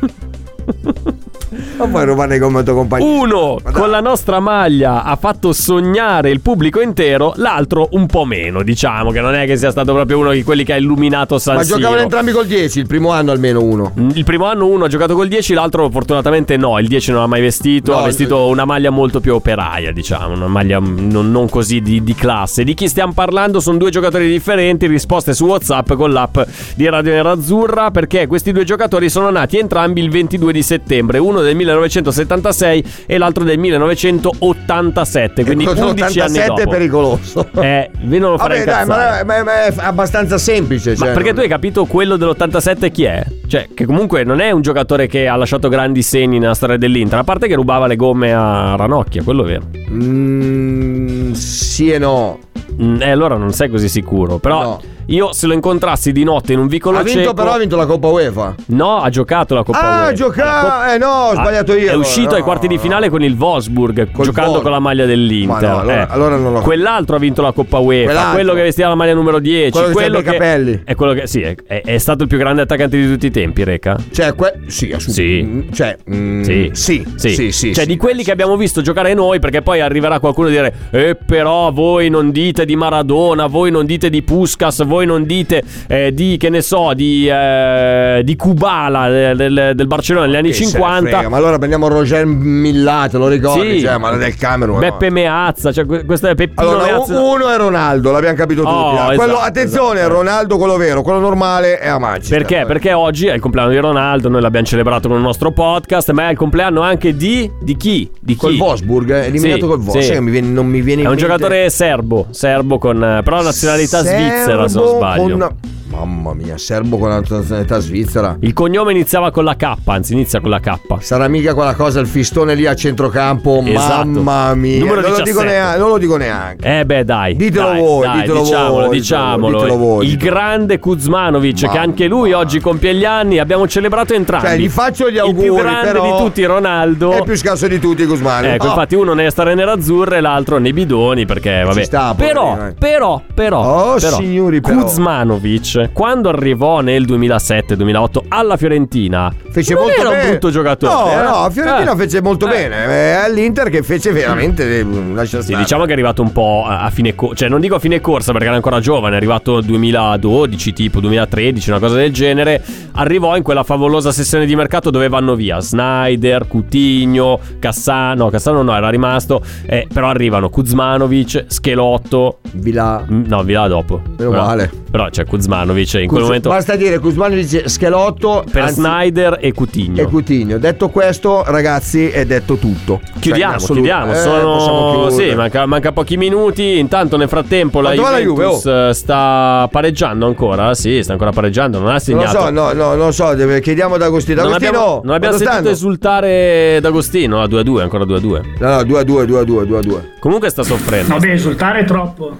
F: Non puoi rubarne con il tuo compagno.
E: Uno
F: Ma dai.
E: con la nostra maglia ha fatto sognare il pubblico intero, l'altro un po' meno, diciamo che non è che sia stato proprio uno di quelli che ha illuminato San
F: Ma
E: Siro.
F: giocavano entrambi col 10, il primo anno almeno uno.
E: Il primo anno uno ha giocato col 10, l'altro fortunatamente no, il 10 non l'ha mai vestito,
F: No,
E: ha vestito una maglia molto più operaia, diciamo, una maglia non, non così di, di classe. Di chi stiamo parlando sono due giocatori differenti, risposte su Whatsapp con l'app di Radio Nerazzurra, perché questi due giocatori sono nati entrambi il 22 di settembre, uno del 1976 e l'altro del 1987, quindi 11 anni
F: 87 Ecco, è
E: dopo.
F: pericoloso.
E: Eh, io non lo farei
F: Vabbè, dai,
E: incazzare.
F: ma, ma- ma è abbastanza semplice.
E: Ma
F: cioè,
E: perché
F: non-
E: tu hai capito quello dell'87 chi è? Cioè, che comunque non è un giocatore che ha lasciato grandi segni nella storia dell'Inter, a parte che rubava le gomme a Ranocchia, quello è vero.
F: Mm, sì e no.
E: Mm, eh, allora non sei così sicuro. Però
F: No.
E: io se lo incontrassi di notte in un vicolo
F: Ha vinto,
E: cieco-
F: però, ha vinto la Coppa UEFA.
E: No, ha giocato la Coppa
F: Ah,
E: UEFA.
F: giocava-
E: La Coppa-
F: eh, no, ho
E: Ah,
F: sbagliato io,
E: È
F: allora,
E: uscito ai
F: no,
E: quarti di
F: no.
E: finale con il Wolfsburg,
F: Col
E: giocando
F: Wolf-
E: con la maglia dell'Inter.
F: Ma no, allora-
E: eh.
F: allora non lo-
E: Quell'altro ha vinto la Coppa UEFA,
F: Quell'altro.
E: quello che vestiva la maglia numero 10,
F: Quello che c'ha per i capelli.
E: È quello che sì, è, è- è stato il più grande attaccante di tutti i tempi, Reca.
F: Cioè, que- sì, assolutamente. Cioè, mm,
E: Sì.
F: sì, sì, sì,
E: Cioè,
F: sì.
E: di quelli che abbiamo visto giocare noi, perché poi arriverà qualcuno a dire: Eh, però voi non dite di Maradona, voi non dite di Puskas, voi non dite eh, di, che ne so, di, eh, di Kubala eh, del, del Barcellona negli anni
F: Chi se ne
E: 50.
F: frega, Ma allora prendiamo Roger Millate, lo ricordi?
E: Sì.
F: Cioè, ma del Camerun. no.
E: Beppe Meazza, cioè que- questo è Peppino
F: Allora,
E: Meazza.
F: u- uno è Ronaldo, l'abbiamo capito tutti.
E: Oh,
F: ah. Quello-
E: esatto,
F: attenzione,
E: esatto.
F: Ronaldo quello vero, quello normale è a Manchester.
E: Perché? Perché oggi è il compleanno di Ronaldo, noi l'abbiamo celebrato con il nostro podcast, ma è il compleanno anche di, di chi? Di chi?
F: Col Wolfsburg, eh, eliminato
E: Sì,
F: col Wolfsburg.
E: sì.
F: Sai che mi viene- non mi viene
E: È
F: in
E: un
F: mente-
E: giocatore serbo, serbo con eh, però nazionalità svizzera se non
F: Serbo
E: sbaglio.
F: con- Mamma mia, serbo con la nazionalità svizzera.
E: Il cognome iniziava con la K, anzi inizia con la K.
F: Sarà mica quella cosa, il fistone lì a centrocampo.
E: Esatto.
F: Mamma mia,
E: Numero
F: non lo, dico
E: 17.
F: neanche, non lo dico neanche.
E: Eh beh dai,
F: Ditelo
E: dai,
F: voi,
E: dai,
F: ditelo
E: diciamolo,
F: voi,
E: diciamolo.
F: ditelo voi,
E: il
F: ditelo.
E: grande Kuzmanovic che
F: Mamma.
E: anche lui oggi compie gli anni, abbiamo celebrato entrambi.
F: Cioè, gli faccio gli
E: Il
F: auguri.
E: più grande
F: però
E: di tutti Ronaldo.
F: È più scarso di tutti, Guzmano.
E: Ecco,
F: Oh,
E: infatti uno nella storia nerazzurra e l'altro nei bidoni perché vabbè.
F: sta,
E: però,
F: poverino, eh.
E: però, però,
F: Oh,
E: però,
F: signori, però.
E: Kuzmanovic quando arrivò nel 2007-2008 alla Fiorentina
F: Fece
E: non
F: molto
E: era
F: bene.
E: un brutto giocatore.
F: No,
E: eh.
F: no, a Fiorentina
E: Eh.
F: fece molto
E: Eh.
F: bene. eh, All'Inter che fece veramente. eh, Lascia
E: Sì,
F: stare.
E: diciamo che è arrivato un po' a a fine corsa, cioè non dico a fine corsa perché era ancora giovane, è arrivato 2012 tipo, 2013, una cosa del genere, arrivò in quella favolosa sessione di mercato dove vanno via Snyder, Cutigno, Cassano, Cassano no era rimasto, eh, però arrivano Kuzmanovic, Schelotto,
F: Vilà.
E: Mm, no vi là dopo,
F: Meno
E: però,
F: male.
E: però c'è Kuzmanovic in quel
F: Cus-
E: momento
F: Basta dire Guzmano dice Schelotto
E: per
F: anzi,
E: Snyder e Cutigno.
F: e Coutinho. Detto questo, ragazzi, è detto tutto. Cioè, in
E: Chiudiamo,
F: assoluto-
E: chiudiamo.
F: Eh,
E: Sono...
F: possiamo
E: Sì,
F: chiudere.
E: manca, manca pochi minuti. Intanto, nel frattempo, la
F: Quanto va la Juve, Oh.
E: Juventus eh, sta pareggiando ancora. Sì, sta ancora pareggiando. Non ha
F: Non lo
E: segnato.
F: so, no, no, non lo so, deve- chiediamo ad Agostino.
E: non
F: Agostino,
E: abbiamo, non abbiamo
F: quanto
E: sentito
F: stanno?
E: esultare D'Agostino. A 2-2, ancora 2-2.
F: No, no, 2 a 2, 2 a 2, 2 a 2.
E: Comunque sta soffrendo.
G: Vabbè, esultare è troppo.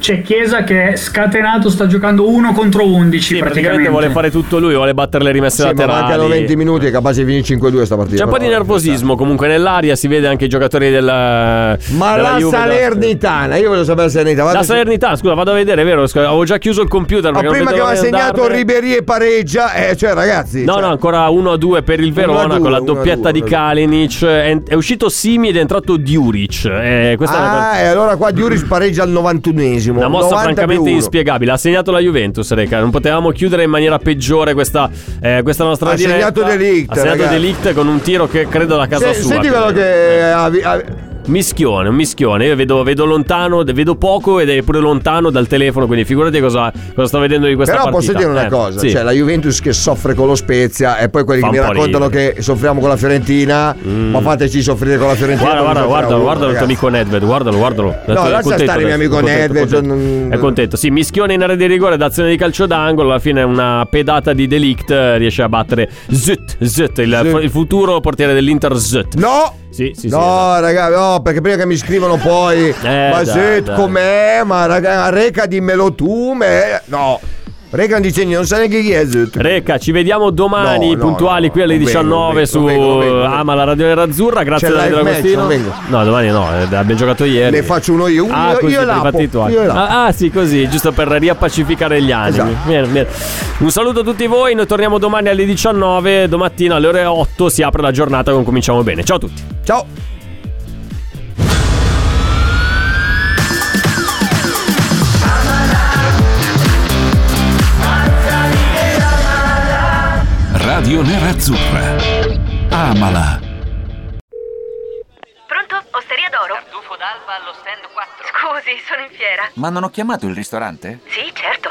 G: C'è Chiesa che è scatenato, sta giocando 1 contro 11
E: Sì, praticamente
G: praticamente.
E: vuole fare tutto lui, vuole battere le rimesse
F: Sì, ma
E: laterali.
F: mancano 20 minuti, è capace di finire 5-2 sta partita.
E: C'è un po' di
F: però,
E: nervosismo comunque nell'aria, si vede anche i giocatori della
F: Ma
E: della
F: la
E: Juve, della-
F: Salernitana, io voglio sapere la Salernitana. vado
E: La
F: su-
E: Salernitana, scusa, vado a vedere, è vero? scusa, Avevo già chiuso il computer.
F: Ma
E: perché non
F: Oh, prima che
E: vedevo
F: aveva
E: neanche
F: segnato
E: andarmene.
F: Ribéry e pareggia, eh, cioè ragazzi.
E: No,
F: cioè,
E: no, ancora 1-2 per il Verona
F: 1-2,
E: con la
F: 1-2,
E: doppietta di
F: 1-2.
E: Kalinic. È, è uscito Simi ed è entrato Diuric. Eh, questa è una, cosa-
F: Ah, e allora qua Diuris pareggia al 91esimo.
E: una mossa
F: 90
E: francamente
F: Ah, più uno.
E: inspiegabile. Ha segnato la Juventus, Reca. Non potevamo chiudere in maniera peggiore questa, eh, questa nostra
F: Ha
E: diretta.
F: segnato De Ligt,
E: Ha segnato
F: ragazzi.
E: De Ligt con un tiro che credo eh. da casa
F: Se-
E: sua.
F: senti
E: più o
F: quello
E: meno.
F: che. avi- avi-
E: Mischione, un mischione. Io vedo, vedo lontano, vedo poco ed è pure lontano dal telefono. Quindi figurati cosa, cosa sto vedendo di questa
F: Però posso
E: partita.
F: dire una
E: Eh,
F: cosa:
E: sì.
F: cioè la Juventus che soffre con lo Spezia, e poi quelli
E: Fa
F: che mi
E: un po' Mm.
F: raccontano che soffriamo con la Fiorentina, ma fateci soffrire con la Fiorentina.
E: Guarda, guarda, guarda, guarda il tuo amico Nedved, guardalo, guardalo. Detto- è
F: lascia stare il mio
E: adesso,
F: amico
E: contento,
F: Nedved,
E: contento.
F: non-
E: È contento. Sì, mischione in area di rigore d'azione di calcio d'angolo. Alla fine una pedata di delict eh, riesce a battere Zut, Zut, il,
F: Zut.
E: il futuro portiere dell'Inter Zut.
F: No!
E: Sì, sì, sì.
F: No, raga, no, perché prima che mi scrivono
E: *laughs*
F: poi, ma
E: Eh, dai,
F: se
E: dai.
F: com'è, ma raga, reca dimmelo tu, me. No, reca non dice niente, non sa neanche chi è. zitto.
E: Reca, ci vediamo domani
F: No, no,
E: puntuali
F: no,
E: qui alle
F: non vengo,
E: 19
F: non
E: su
F: vengo, non vengo, non vengo.
E: Ama la Radio Nerazzurra. Grazie
F: C'è
E: a Davide
F: live match,
E: Agostino.
F: non vengo.
E: No, domani no, eh, abbiamo giocato ieri.
F: Ne faccio uno io,
E: Ah,
F: io,
E: così,
F: io
E: per i
F: lapo,
E: fatti tuoi.
F: io lapo.
E: Ah, ah, sì, così, giusto per riappacificare gli animi.
F: Esatto.
E: Bene, bene. Un saluto a tutti voi, noi torniamo domani alle 19, domattina alle ore 8 si apre la giornata con Cominciamo Bene. Ciao a tutti.
F: Ciao.
D: Radio Nerazzurra. Amala.
A: Pronto? Osteria d'oro?
B: Tartufo d'alba allo stand 4.
A: Scusi, sono in fiera.
C: Ma non ho chiamato il ristorante?
A: Sì, certo.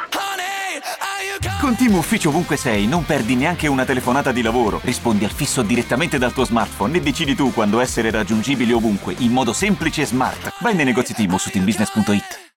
C: Con Team Ufficio ovunque sei non perdi neanche una telefonata di lavoro. Rispondi al fisso direttamente dal tuo smartphone e decidi tu quando essere raggiungibile ovunque in modo semplice e smart. Vai nei negozi Team o su teambusiness.it.